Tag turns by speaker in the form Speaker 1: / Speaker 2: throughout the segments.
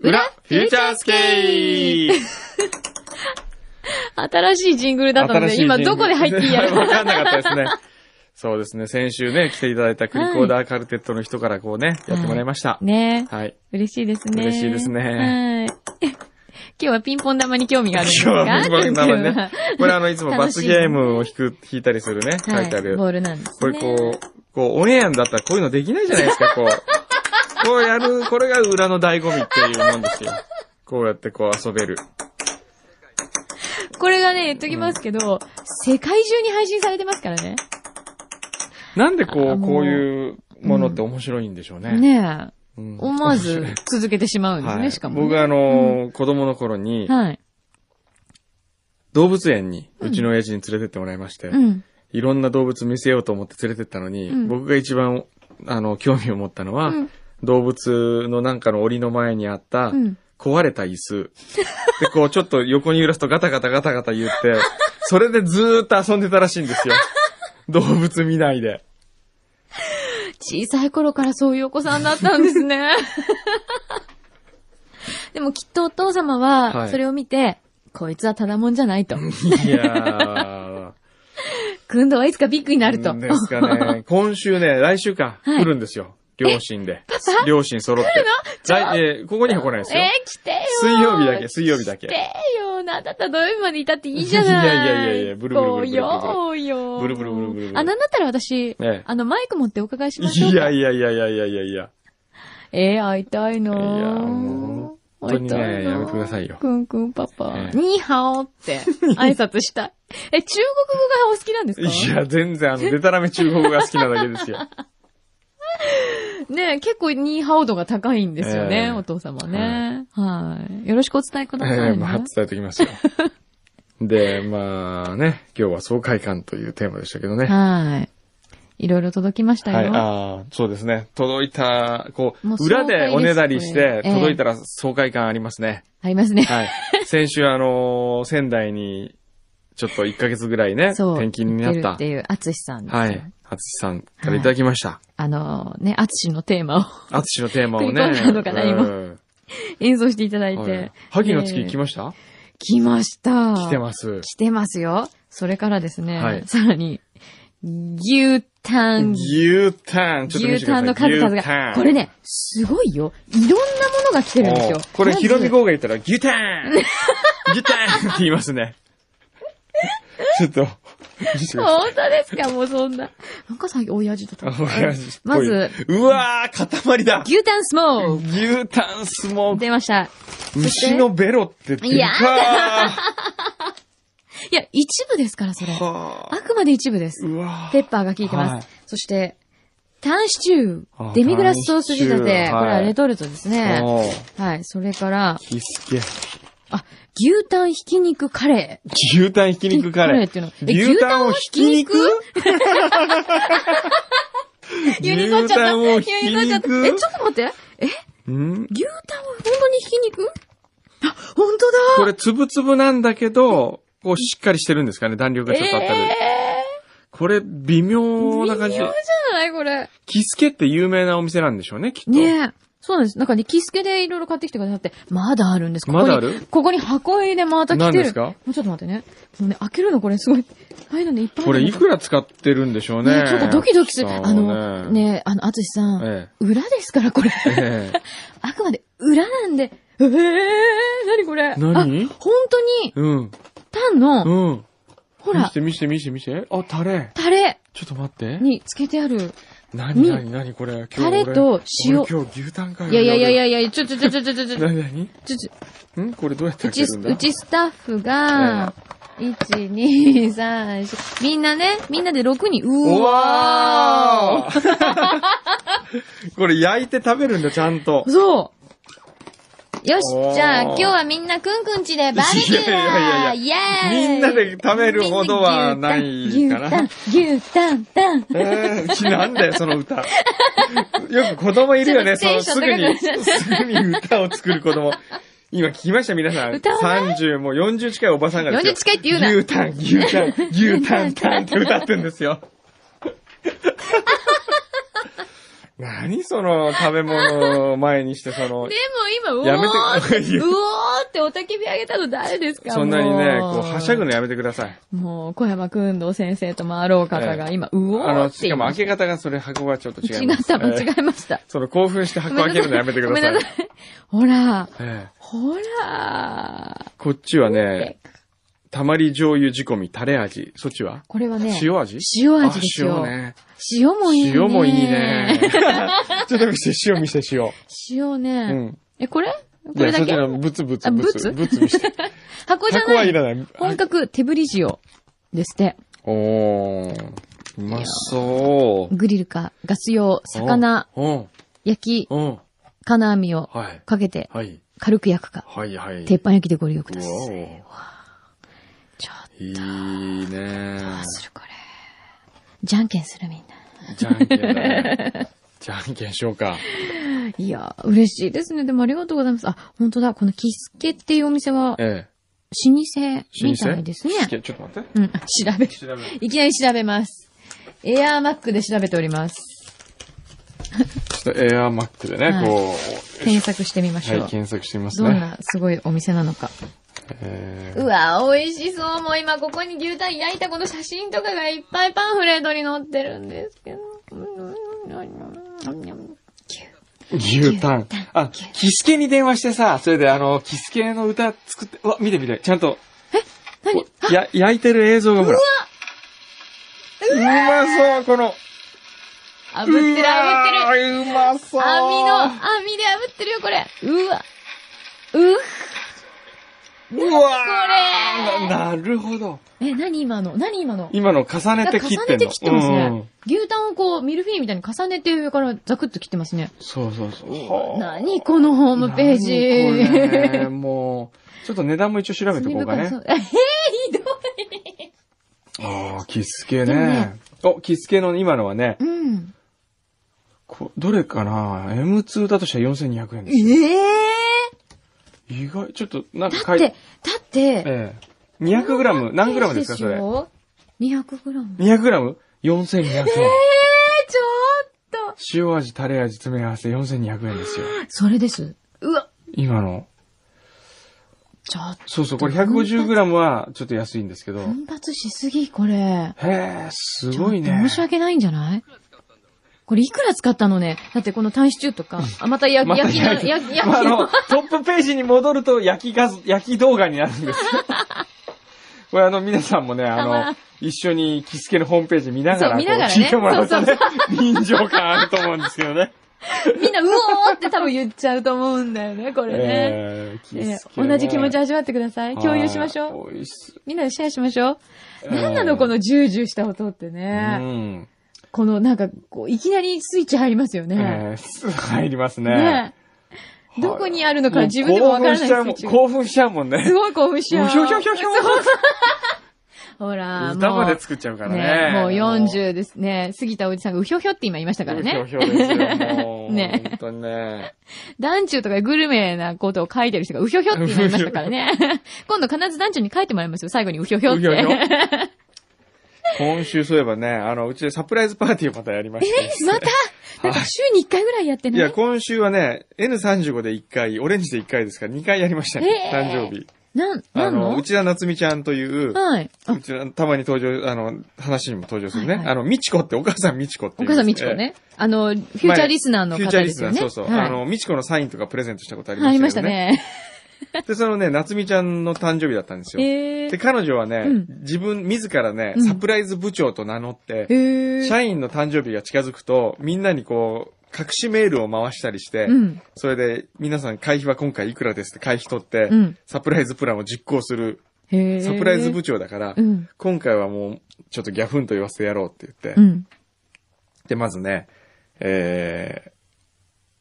Speaker 1: 裏フューチャースケー新しいジングルだったの
Speaker 2: 新し
Speaker 1: で、
Speaker 2: いジング
Speaker 1: 今
Speaker 2: ル
Speaker 1: どこで入っていいやら。
Speaker 2: わかんなかったですね。そうですね。先週ね、来ていただいたクリコーダーカルテットの人からこうね、やってもらいました。
Speaker 1: ね
Speaker 2: はい。
Speaker 1: え、嬉しいですね。
Speaker 2: 嬉しいですね
Speaker 1: はい。 今日はピンポン玉に興味があるんですか
Speaker 2: 今日はピンポン玉ね
Speaker 1: くん は
Speaker 2: これあの、いつも罰ゲームを
Speaker 1: 楽し
Speaker 2: 引く、引いたりするね、
Speaker 1: い
Speaker 2: 書いて
Speaker 1: は
Speaker 2: あ
Speaker 1: い
Speaker 2: る。
Speaker 1: ボールなんですね。
Speaker 2: これこう、こう、オンエアだったらこういうのできないじゃないですか、こう。こうやる、これが裏の醍醐味っていうもんですよ。こうやってこう遊べる。
Speaker 1: これがね、言っときますけど、世界中に配信されてますからね。
Speaker 2: なんでこ
Speaker 1: あ
Speaker 2: う、
Speaker 1: もう
Speaker 2: こういうものって面白いんでしょうね。
Speaker 1: ねえ、
Speaker 2: うん
Speaker 1: 思わず続けてしまうんです
Speaker 2: は
Speaker 1: ね、
Speaker 2: い
Speaker 1: しかもね。
Speaker 2: 僕はあのー、子供の頃に、
Speaker 1: はい。
Speaker 2: 動物園に、うちの親父に連れてってもらいまして、
Speaker 1: うん。
Speaker 2: いろんな動物見せようと思って連れてったのに、
Speaker 1: うん
Speaker 2: 僕が一番、あの、興味を持ったのは、
Speaker 1: うん
Speaker 2: 動物のなんかの檻の前にあった、
Speaker 1: うん
Speaker 2: 壊れた椅子。で、こう、ちょっと横に揺らすとガタガタガタガタ言って、それでずーっと遊んでたらしいんですよ。動物見ないで。
Speaker 1: 小さい頃からそういうお子さんだったんですね。 でもきっとお父様
Speaker 2: は
Speaker 1: は、
Speaker 2: い
Speaker 1: それを見て、こいつはただもんじゃない と。
Speaker 2: いやー。
Speaker 1: くんどはいつかビッグになると。
Speaker 2: ですかね。今週ね、来週か、
Speaker 1: はい
Speaker 2: 来るんですよ。両親で。両親揃って。来えーここには来ない
Speaker 1: え
Speaker 2: ですよ。
Speaker 1: ー来てよ
Speaker 2: 水曜日だけ、水曜日だけ
Speaker 1: 来。てよなんだったら土曜日までいたっていいじゃない
Speaker 2: いやいやいやいやブルブルブルブルブル
Speaker 1: こうよ
Speaker 2: ブルブルブルブルブル
Speaker 1: あ、なんだったら私、
Speaker 2: ええ
Speaker 1: あの、マイク持ってお伺いしましょう
Speaker 2: い
Speaker 1: か。
Speaker 2: やいやいやいやいやいやいや。
Speaker 1: えー、会いたいないい
Speaker 2: やもう本当にねやめてくださいよ
Speaker 1: くんくんパパ。
Speaker 2: ええ
Speaker 1: ニーハオ って挨拶したい。え、中国語がお好きなんですか
Speaker 2: いや、全然あの、でたらめ中国語が好きなだ けですよ。
Speaker 1: ねえ結構ニーハオ度が高いんですよね、
Speaker 2: ええ
Speaker 1: お父様ね。はい。よろしくお伝えくださいね。
Speaker 2: ええまあ、伝えときますよ。で、まあね、今日は爽快感というテーマでしたけどね。
Speaker 1: はい。いろいろ届きました
Speaker 2: はい、
Speaker 1: よ。
Speaker 2: ああ、そうですね。届いた、こ
Speaker 1: もう
Speaker 2: う、
Speaker 1: 爽
Speaker 2: 裏
Speaker 1: 快です
Speaker 2: でおねだりし
Speaker 1: これ
Speaker 2: て、
Speaker 1: ええ
Speaker 2: 届いたら爽快感ありますね。
Speaker 1: あり ますね。
Speaker 2: はい。先週、あのー仙台に、ちょっと1ヶ月ぐらいね、
Speaker 1: そう。
Speaker 2: 転勤になっ
Speaker 1: 行
Speaker 2: た
Speaker 1: て。るっていう、あつしさんですよ。
Speaker 2: はい。あつしさんからいただきました。
Speaker 1: あの、ね、あつしのテーマを
Speaker 2: あつしのテーマをね。
Speaker 1: 食い込んだのかな今
Speaker 2: うん
Speaker 1: 演奏していただい
Speaker 2: は
Speaker 1: て
Speaker 2: い。萩の月来
Speaker 1: ま、
Speaker 2: ました
Speaker 1: 来ました。
Speaker 2: 来てます。
Speaker 1: 来てますよ。それからですね、
Speaker 2: はい
Speaker 1: さらに、牛タン、
Speaker 2: 牛タン、ちょっと見せ
Speaker 1: 牛タ
Speaker 2: てください。
Speaker 1: ンの数々
Speaker 2: 牛タ
Speaker 1: が
Speaker 2: ン、
Speaker 1: これね、すごいよ。いろんなものが来てるんですよ
Speaker 2: おう。これ、
Speaker 1: まず
Speaker 2: ヒロミ号が言ったら、牛タ ン牛タンって言いますね。ちょっと、見せてください。
Speaker 1: 本当ですかもうそんな。なんか最近、親父と
Speaker 2: あ
Speaker 1: と。
Speaker 2: 親父っぽい
Speaker 1: まず、
Speaker 2: うわー、塊だ
Speaker 1: 牛タンスモー
Speaker 2: 牛タンスモ
Speaker 1: ク
Speaker 2: ーク。
Speaker 1: 出ました。そして
Speaker 2: 牛のベロってで
Speaker 1: いや
Speaker 2: か
Speaker 1: いや、一部ですから、それ
Speaker 2: ー。は
Speaker 1: あくまで一部です
Speaker 2: ー。うわー
Speaker 1: ペッパーが効いてます。
Speaker 2: はい
Speaker 1: そして、タンシチュ
Speaker 2: あ
Speaker 1: ー、デミグラスソース仕立
Speaker 2: タンシチュ
Speaker 1: て、
Speaker 2: ーはい
Speaker 1: これはレトルトですね。
Speaker 2: おう
Speaker 1: はい、それから、
Speaker 2: キスケ。
Speaker 1: 牛タンひき肉カレー。
Speaker 2: 牛タンひき肉カレー。
Speaker 1: っていうの。え
Speaker 2: 牛タンをひき肉
Speaker 1: ユニコーンちゃった。ユ
Speaker 2: 牛タンを
Speaker 1: ニ
Speaker 2: ひき
Speaker 1: コーンちゃった。
Speaker 2: 肉
Speaker 1: え、ちょっと待って。え、
Speaker 2: ん
Speaker 1: 牛タンは本当にひき肉あ、本当だ
Speaker 2: これ、つぶつぶなんだけど、こう、しっかりしてるんですかね。弾力がちょっとあったり。
Speaker 1: え
Speaker 2: これ、微
Speaker 1: ー、
Speaker 2: 妙
Speaker 1: 微
Speaker 2: な
Speaker 1: 妙
Speaker 2: 感
Speaker 1: じ
Speaker 2: じ
Speaker 1: ゃ。ないこれ。
Speaker 2: キスケって有名なお店なんでしょうね、きっと。
Speaker 1: ねえ。そうなんです。なんかね、キスケでいろいろ買ってきてくださって、まだあるんです。ここに
Speaker 2: まだある
Speaker 1: ここに箱入りでまた来てる。
Speaker 2: 何ですか
Speaker 1: もうちょっと待ってね。もうね、開けるのこれすごい。ああいうのね、いっぱいあ
Speaker 2: こ
Speaker 1: る
Speaker 2: れ、
Speaker 1: んだ
Speaker 2: いくら使ってるんでしょう
Speaker 1: ね
Speaker 2: ね。
Speaker 1: えちょっとドキドキする。
Speaker 2: そう
Speaker 1: あの、ねえあの、あつしさん、
Speaker 2: え
Speaker 1: 裏ですから、これ。
Speaker 2: えええ
Speaker 1: あくまで裏なんで、ええー、なにこれ。
Speaker 2: 何
Speaker 1: あ本当に、
Speaker 2: うん。
Speaker 1: タンの、
Speaker 2: うん。
Speaker 1: ほ
Speaker 2: 見
Speaker 1: ら
Speaker 2: せ、て見せて見せて見せて。あ、タレ。
Speaker 1: タレ
Speaker 2: ちょっと待って。
Speaker 1: につけてある。
Speaker 2: な
Speaker 1: に
Speaker 2: になになにこれ今日俺。
Speaker 1: タレと塩
Speaker 2: 俺今日牛タンかよ。
Speaker 1: いやいやいやいやいや、ちょちょちょちょちょちょちょ
Speaker 2: なになに
Speaker 1: ちょ ちょ
Speaker 2: んこれどうやって
Speaker 1: うち
Speaker 2: 開けるんだ
Speaker 1: うちスタッフが、1、2、3、4、みんなね、みんなで6人、うわ
Speaker 2: わー これ焼いて食べるんだ、ちゃんと
Speaker 1: ー。そうよ
Speaker 2: お
Speaker 1: し、
Speaker 2: ー
Speaker 1: じゃあ今日はみんなくんくんちでバーベキューだ
Speaker 2: い
Speaker 1: イェーイ
Speaker 2: みんなで食べるほどはないかな。
Speaker 1: 牛タン、牛タン、タン。
Speaker 2: えー、なんだよ、その歌。よく子供いるよね、
Speaker 1: ち
Speaker 2: そ
Speaker 1: ょっ
Speaker 2: の
Speaker 1: と
Speaker 2: すぐ
Speaker 1: テンション高
Speaker 2: に、
Speaker 1: くなっ
Speaker 2: すぐに歌を作る子供。今聞きました、皆さん。
Speaker 1: 歌わ
Speaker 2: 30、もう40近いおばさんがですよ
Speaker 1: 40近いって言うな
Speaker 2: 牛タン、牛タン、 牛タン、タンって歌ってんですよ。何その食べ物を前にして、その
Speaker 1: で、も今、うおー
Speaker 2: やめて
Speaker 1: うおーっておたけびあげたの誰ですか
Speaker 2: そんなにね、
Speaker 1: も
Speaker 2: こう、はしゃぐのやめてください。
Speaker 1: もう、小山くんど先生と回ろう方が今、うお
Speaker 2: あ
Speaker 1: ー
Speaker 2: の、
Speaker 1: っ
Speaker 2: してか
Speaker 1: 言い
Speaker 2: も
Speaker 1: ま
Speaker 2: 明
Speaker 1: し
Speaker 2: け方がそれ箱はちょっと
Speaker 1: た。
Speaker 2: 違
Speaker 1: 違
Speaker 2: い
Speaker 1: っ
Speaker 2: ます。
Speaker 1: た、間
Speaker 2: えー
Speaker 1: 違えました。
Speaker 2: その興奮して箱開けるのやめてくだ
Speaker 1: ごめ
Speaker 2: さ
Speaker 1: ん
Speaker 2: い。
Speaker 1: なさい。 ほら、
Speaker 2: ええ
Speaker 1: ほら、
Speaker 2: こっちはね、たまり醤油仕込み、タレ味。そっちは
Speaker 1: これはね、
Speaker 2: 塩味
Speaker 1: 塩味ですよ
Speaker 2: あ塩ね。
Speaker 1: 塩もいいね。
Speaker 2: 塩もい いね。。ちょっと見せて、塩見せて、塩。
Speaker 1: 塩ね。
Speaker 2: うん。
Speaker 1: え、これこ
Speaker 2: い
Speaker 1: れ
Speaker 2: や、そ
Speaker 1: だ
Speaker 2: っち
Speaker 1: け
Speaker 2: のブツブツ
Speaker 1: あ
Speaker 2: ブ
Speaker 1: ブツ
Speaker 2: ツ。ブツ見せて。
Speaker 1: 箱じゃ
Speaker 2: 箱は
Speaker 1: ないい。
Speaker 2: らない。
Speaker 1: 本格手振り塩ですって。
Speaker 2: おー。うまそう。
Speaker 1: グリルか、ガス用、魚、
Speaker 2: うん。
Speaker 1: 焼き、
Speaker 2: うん。
Speaker 1: 金網を
Speaker 2: はい。
Speaker 1: かけて、
Speaker 2: はい。
Speaker 1: 軽く焼くか。
Speaker 2: はい、はい。
Speaker 1: 鉄板焼きでご利用くださ
Speaker 2: う
Speaker 1: い。
Speaker 2: わー
Speaker 1: ちょっと、
Speaker 2: いいね
Speaker 1: どうするこれ。じゃんけんするみんな。
Speaker 2: じゃんけんだね。じゃんけんしようか。
Speaker 1: いやー、嬉しいですね。でもありがとうございます。あ、本当だ。このキスケっていうお店は、老
Speaker 2: ええ。
Speaker 1: 舗み
Speaker 2: 老
Speaker 1: たい
Speaker 2: 舗
Speaker 1: ですね。
Speaker 2: ちょっと待って。
Speaker 1: うん、調べる。
Speaker 2: 調べる
Speaker 1: いきなり調べます。エアーマックで調べております。
Speaker 2: ちょっとエアーマックでね、
Speaker 1: はい
Speaker 2: こう、
Speaker 1: 検索してみまし
Speaker 2: は
Speaker 1: ょ。、
Speaker 2: いう検索してみます
Speaker 1: どん
Speaker 2: ね。
Speaker 1: なすごいお店なのか。
Speaker 2: え
Speaker 1: うわ、美味しそう。もう今ここに牛タン焼いたこの写真とかがいっぱいパンフレートに載ってるんですけど。
Speaker 2: ー、牛タン。あ、キスケに電話してさ、それであの、キスケの歌作って、うわ、見て見て、ちゃんと。え
Speaker 1: 何
Speaker 2: や、焼いてる映像がほら。うまそう、この。
Speaker 1: 炙ってる、炙ってる。
Speaker 2: る。うまそう。
Speaker 1: 網の、網で炙ってるよ、これ。うわ。うっ。
Speaker 2: の、うわ
Speaker 1: これ
Speaker 2: ーななるほど。
Speaker 1: え、何今の何今の
Speaker 2: 今の重ねて切っ
Speaker 1: 重ね
Speaker 2: てんの。
Speaker 1: て切ってます
Speaker 2: う
Speaker 1: ね
Speaker 2: ん。
Speaker 1: 牛タンをこう、ミルフィーユみたいに重ねて上からザクッと切ってますね。
Speaker 2: そうそうそう。はあ
Speaker 1: 何このホームページ。
Speaker 2: 何これもう、ちょっと値段も一応調べておこうかね。
Speaker 1: えー、ひどい。
Speaker 2: ああ、キス系
Speaker 1: でも
Speaker 2: ね
Speaker 1: ね。
Speaker 2: お、キス系の今のはね、
Speaker 1: うん。
Speaker 2: こどれかな ?M2 だとしたら4200円
Speaker 1: え
Speaker 2: です。
Speaker 1: え
Speaker 2: 意外、ちょっと、なんか
Speaker 1: ー、だっ
Speaker 2: 書
Speaker 1: て、
Speaker 2: い
Speaker 1: だって、
Speaker 2: ええ。200グラム、何グラムですか、それ。
Speaker 1: 200グラム。
Speaker 2: 200グラム ?4200 円。
Speaker 1: えー、ちょっと。
Speaker 2: 塩味、タレ味、詰め合わせ4200円ですよ。
Speaker 1: それです。うわ、
Speaker 2: 今の。
Speaker 1: ちょっと。
Speaker 2: そうそう、これ150グラムはちょっと安いんですけど。
Speaker 1: 奮発しすぎ、これ。
Speaker 2: へえ、すごい
Speaker 1: ちょっと申。
Speaker 2: ね
Speaker 1: し訳ないんじゃないこれいくら使ったのねだってこのタンシチューとか、あ、また焼き、
Speaker 2: また
Speaker 1: 焼きな、
Speaker 2: 焼き
Speaker 1: 焼き、焼
Speaker 2: まあ、あ
Speaker 1: き
Speaker 2: の
Speaker 1: の。、
Speaker 2: トップページに戻ると焼き画像、焼き動画になるんです。 これあの、皆さんもね、あ
Speaker 1: たまら
Speaker 2: の
Speaker 1: ん、
Speaker 2: 一緒にキスケのホームページ見なが
Speaker 1: そう
Speaker 2: ら、
Speaker 1: 見ながら
Speaker 2: こ
Speaker 1: ね
Speaker 2: う聞いてもらうと
Speaker 1: そう
Speaker 2: ね、臨場感あると思うんですけどね。
Speaker 1: みんな、うおーって多分言っちゃうと思うんだよね、これね。
Speaker 2: えーキ
Speaker 1: え
Speaker 2: スケ
Speaker 1: ー
Speaker 2: ね
Speaker 1: 同じ気持ち味わってください。共有しましょう。
Speaker 2: はい美味し
Speaker 1: みんなでシェアしましょう。
Speaker 2: えー
Speaker 1: なんなのこのジュージューした音って
Speaker 2: う。う
Speaker 1: ね。
Speaker 2: ん。
Speaker 1: このなんか、こう、いきなりスイッチ入りますよね。
Speaker 2: えー入りますね。
Speaker 1: ねどこにあるのか
Speaker 2: もう
Speaker 1: 自分でもわからないスイッチが
Speaker 2: 興奮しちゃうもん、興奮しちゃ
Speaker 1: す
Speaker 2: うもんね。
Speaker 1: ごい興奮しちゃう。
Speaker 2: ひょひょひょひょ。
Speaker 1: ほら、
Speaker 2: 歌
Speaker 1: もう
Speaker 2: まで作っちゃうから
Speaker 1: ね
Speaker 2: ね。
Speaker 1: もう40ですね。過ぎたおじさんがうひょひょって今言いましたからね。
Speaker 2: うひょひょですよ、も う。
Speaker 1: ね
Speaker 2: 本当にね。
Speaker 1: 団中とかグルメなことを書いてる人がうひょひょって言いましたからね。今度必ず団長に書いてもらいますよ。最後にうひょひょっ
Speaker 2: うひょひょ
Speaker 1: て。
Speaker 2: 今週そういえばね、あの、うちでサプライズパーティーをまたやりまして。
Speaker 1: またなんか週に1回ぐらいやって
Speaker 2: い
Speaker 1: な
Speaker 2: や、
Speaker 1: い
Speaker 2: 今週はね、N35 で1回、オレンジで1回ですから、2回やりましたね。
Speaker 1: えー
Speaker 2: 誕生日。
Speaker 1: なん、な
Speaker 2: あ
Speaker 1: ん
Speaker 2: の、
Speaker 1: の
Speaker 2: 内田夏美ちゃんという、
Speaker 1: はい。あ
Speaker 2: うちのたまに登場、あの、話にも登場する
Speaker 1: は
Speaker 2: ね。
Speaker 1: いはい
Speaker 2: あの、みちこって、お母さんみちこって
Speaker 1: お
Speaker 2: いう。
Speaker 1: 母さんみちこ
Speaker 2: えー。
Speaker 1: ね。あの、フューチャーリスナーの
Speaker 2: フュ
Speaker 1: 方
Speaker 2: ーチャー
Speaker 1: で
Speaker 2: リ
Speaker 1: す
Speaker 2: スナ
Speaker 1: よ
Speaker 2: ー、
Speaker 1: ね。
Speaker 2: そうそう。
Speaker 1: はい
Speaker 2: あの、みちこのサインとかプレゼントしたことあり
Speaker 1: あり
Speaker 2: ま
Speaker 1: ま
Speaker 2: し
Speaker 1: したた
Speaker 2: けどね。
Speaker 1: ね。
Speaker 2: で、そのね、夏美ちゃんの誕生日だったんですよ。
Speaker 1: え
Speaker 2: で、
Speaker 1: ー。
Speaker 2: 彼女はね、
Speaker 1: うん
Speaker 2: 自分、自らね
Speaker 1: う、ん
Speaker 2: サプライズ部長と名乗って、
Speaker 1: えー。
Speaker 2: 社員の誕生日が近づくと、みんなにこう、隠しメールを回したりして、
Speaker 1: うん。
Speaker 2: それで、皆さん会費は今回いくらですって会費取って、
Speaker 1: うん。
Speaker 2: サプライズプランを実行する、
Speaker 1: へー
Speaker 2: サプライズ部長だから、
Speaker 1: うん。
Speaker 2: 今回はもう、ちょっとギャフンと言わせてやろうって言って、
Speaker 1: うん。
Speaker 2: で、まずね、えー、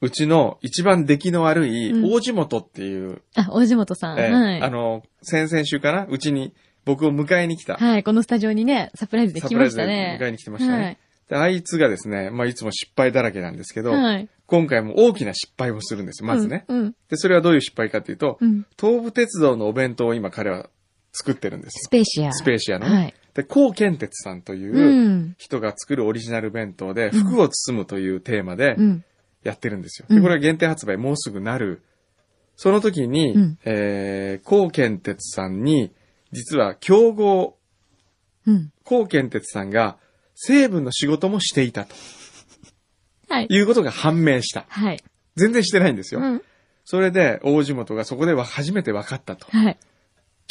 Speaker 2: うちの一番出来の悪い、
Speaker 1: うん
Speaker 2: 大地元っていう、
Speaker 1: あ、大地元さん。
Speaker 2: えー
Speaker 1: はい。
Speaker 2: あの、先々週かなうちに、僕を迎えに来た。
Speaker 1: はい、このスタジオにね、サプライズで
Speaker 2: サ
Speaker 1: 来
Speaker 2: プラ
Speaker 1: ま
Speaker 2: イ
Speaker 1: し
Speaker 2: ズ
Speaker 1: た
Speaker 2: で
Speaker 1: ね。
Speaker 2: 迎えに来てましたね。で、あいつがですね、まあ、いつも失敗だらけなんですけど、
Speaker 1: はい。はい。
Speaker 2: 今回も大きな失敗をするんですよ、まずね。
Speaker 1: うん。
Speaker 2: で、それはどういう失敗かっていうと、
Speaker 1: うん。
Speaker 2: 東武鉄道のお弁当を今彼は作ってるんです
Speaker 1: スペーシア。
Speaker 2: よ。スペーシアのね。
Speaker 1: はい。
Speaker 2: で、高健鉄さんというう、
Speaker 1: ん。
Speaker 2: 人が作るオリジナル弁当で、服を包むというテーマで、
Speaker 1: うん。
Speaker 2: やってるんですよ。
Speaker 1: う
Speaker 2: で、
Speaker 1: ん
Speaker 2: これは限定発売もうすぐなる。その時に、
Speaker 1: うん
Speaker 2: えー、高健鉄さんに、実は競合、
Speaker 1: うん。
Speaker 2: 高健鉄さんが成分の仕事もしていたと
Speaker 1: はい。
Speaker 2: いうことが判明した。
Speaker 1: はい。
Speaker 2: 全然してないんです
Speaker 1: う
Speaker 2: よ。
Speaker 1: ん。
Speaker 2: それで、大地元がそこでは初めて分かったと。
Speaker 1: はい。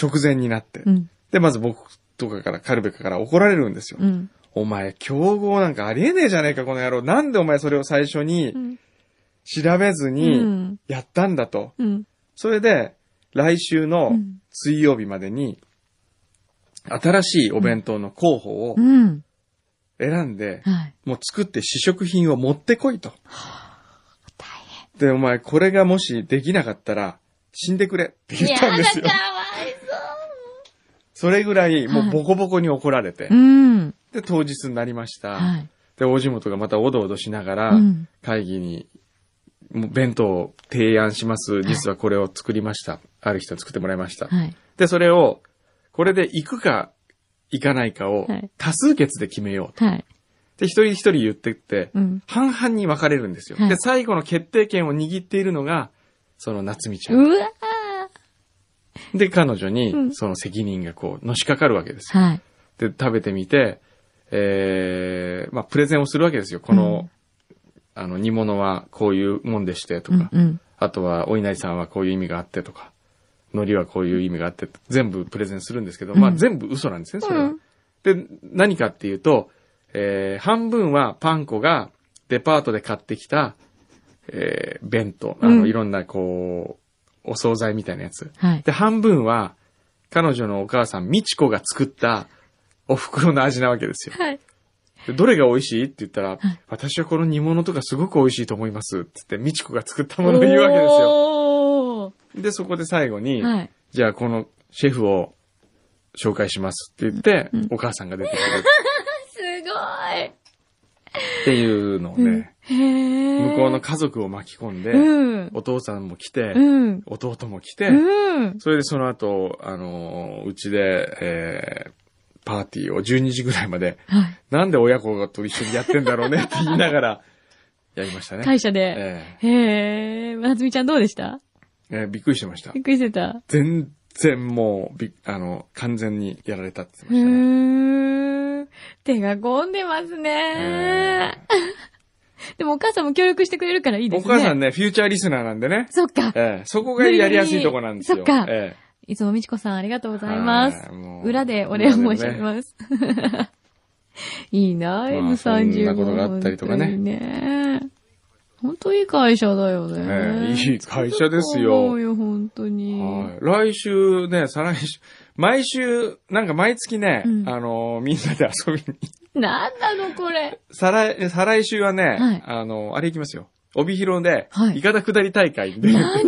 Speaker 2: 直前になって。
Speaker 1: うん。
Speaker 2: で、まず僕とかから、カルベカから怒られるんですよ。
Speaker 1: うん。
Speaker 2: お前、競合なんかありえねえじゃねえか、この野郎。なんでお前それを最初に
Speaker 1: うん。
Speaker 2: 調べず
Speaker 1: う
Speaker 2: に
Speaker 1: ん。
Speaker 2: やったんだと。
Speaker 1: うん。
Speaker 2: それで、来週
Speaker 1: う
Speaker 2: の
Speaker 1: ん
Speaker 2: 水曜日までに、新しいお弁当の候補を
Speaker 1: うん。
Speaker 2: 選んで、
Speaker 1: はい。
Speaker 2: もう作って試食品を持って こいと。で、お前、これがもしできなかったら、死んでくれって言ったんですよ
Speaker 1: やだ、。かわい
Speaker 2: それぐらい、も
Speaker 1: はいう
Speaker 2: ボコボコに怒られて
Speaker 1: そう。う、ん。
Speaker 2: で、当日になりました。
Speaker 1: はい。
Speaker 2: で、大地元がまたおどおどしなが
Speaker 1: う
Speaker 2: ら、
Speaker 1: ん。
Speaker 2: 会議に、もう弁当を提案します。実はこれを作りました。ある人に作ってもらいました。
Speaker 1: はい。
Speaker 2: で、それを、これで行くか行かないかを
Speaker 1: はい
Speaker 2: 多数決で決めようと。
Speaker 1: はい。
Speaker 2: で、一人一人言ってって、
Speaker 1: うん。
Speaker 2: 半々に分かれるんですよ。
Speaker 1: はい
Speaker 2: で、最後の決定権を握っているのが、その夏美ちゃん。
Speaker 1: うわ
Speaker 2: で、彼女
Speaker 1: うん
Speaker 2: に、その責任がこう、のしかかるわけです
Speaker 1: ーはい。
Speaker 2: よ。で、食べてみて、えー、まあ、プレゼンをするわけですよ。この、あの、煮物はこういうもんでしてと
Speaker 1: う
Speaker 2: か、
Speaker 1: ん。うん。
Speaker 2: あとは、お稲荷さんはこういう意味があってとか、海苔はこういう意味があって、全部プレゼンするんですけど、ま
Speaker 1: う
Speaker 2: あ
Speaker 1: ん
Speaker 2: 全部嘘なんですね、それは。
Speaker 1: うん
Speaker 2: で、何かっていうと、えー、半分はパン粉がデパートで買ってきた、えー、弁当。あ
Speaker 1: う
Speaker 2: の、
Speaker 1: ん
Speaker 2: いろんな、こう、お惣菜みたいなやつ。
Speaker 1: はい。
Speaker 2: で、半分は、彼女のお母さん、みちこが作った、お袋の味なわけですよ。
Speaker 1: はい。
Speaker 2: でどれが美味しいって言ったら、
Speaker 1: はい
Speaker 2: 私はこの煮物とかすごく美味しいと思います。って言って、みちこが作ったものを言うわけですよ。
Speaker 1: よ。
Speaker 2: で、そこで最後に、
Speaker 1: はい。
Speaker 2: じゃあこのシェフを紹介しますって言って、
Speaker 1: うん
Speaker 2: お母さんが出てくる
Speaker 1: すご
Speaker 2: っていうのをね、
Speaker 1: い。へえ。
Speaker 2: 向こうの家族を巻き込んで、
Speaker 1: うん。
Speaker 2: お父さんも来て、
Speaker 1: うん。
Speaker 2: 弟も来て、
Speaker 1: うん。
Speaker 2: それでその後、あのーうちで、えーパーティーを12時ぐらいまで、
Speaker 1: は
Speaker 2: なんで親子と一緒にやってんだろうねって言いながら、やりました
Speaker 1: い。
Speaker 2: ね。
Speaker 1: 会社で。
Speaker 2: え
Speaker 1: へえ、まつみちゃんどうでした
Speaker 2: ーえーびっくりしてました
Speaker 1: び。っくりしてた。
Speaker 2: 全然もう、びあの、完全にやられたって言っ
Speaker 1: う
Speaker 2: てましたね。
Speaker 1: ーん。手が込んでますね。 でもお母さんも協力してくれるからいいで
Speaker 2: お
Speaker 1: すね。
Speaker 2: 母さんね、フューチャーリスナーなんでね。
Speaker 1: そっか。
Speaker 2: ええ、そこがやりやすいとこなんですよ。
Speaker 1: 無理にそっか
Speaker 2: え
Speaker 1: いつもみちこさんありがとうご
Speaker 2: え
Speaker 1: ざいます。
Speaker 2: はいもう
Speaker 1: 裏でお礼申し上げ
Speaker 2: 裏でね
Speaker 1: ま す。いいなぁ、
Speaker 2: まあ
Speaker 1: N35。
Speaker 2: そんなことがあったりとか
Speaker 1: 本
Speaker 2: ね
Speaker 1: 当にね。本当いい会社だよね。
Speaker 2: ねえいい会社ですよ
Speaker 1: そう思うよ、本当に。
Speaker 2: はい。来週ね、再来週、毎週、なんか毎月ね、
Speaker 1: うん
Speaker 2: あのーみんなで遊びに。
Speaker 1: なんなの、これ。
Speaker 2: 再来、再来週はね、
Speaker 1: はい
Speaker 2: あのーあれ行きますよ。帯広で、
Speaker 1: はい
Speaker 2: いかだ下り大会で、
Speaker 1: 何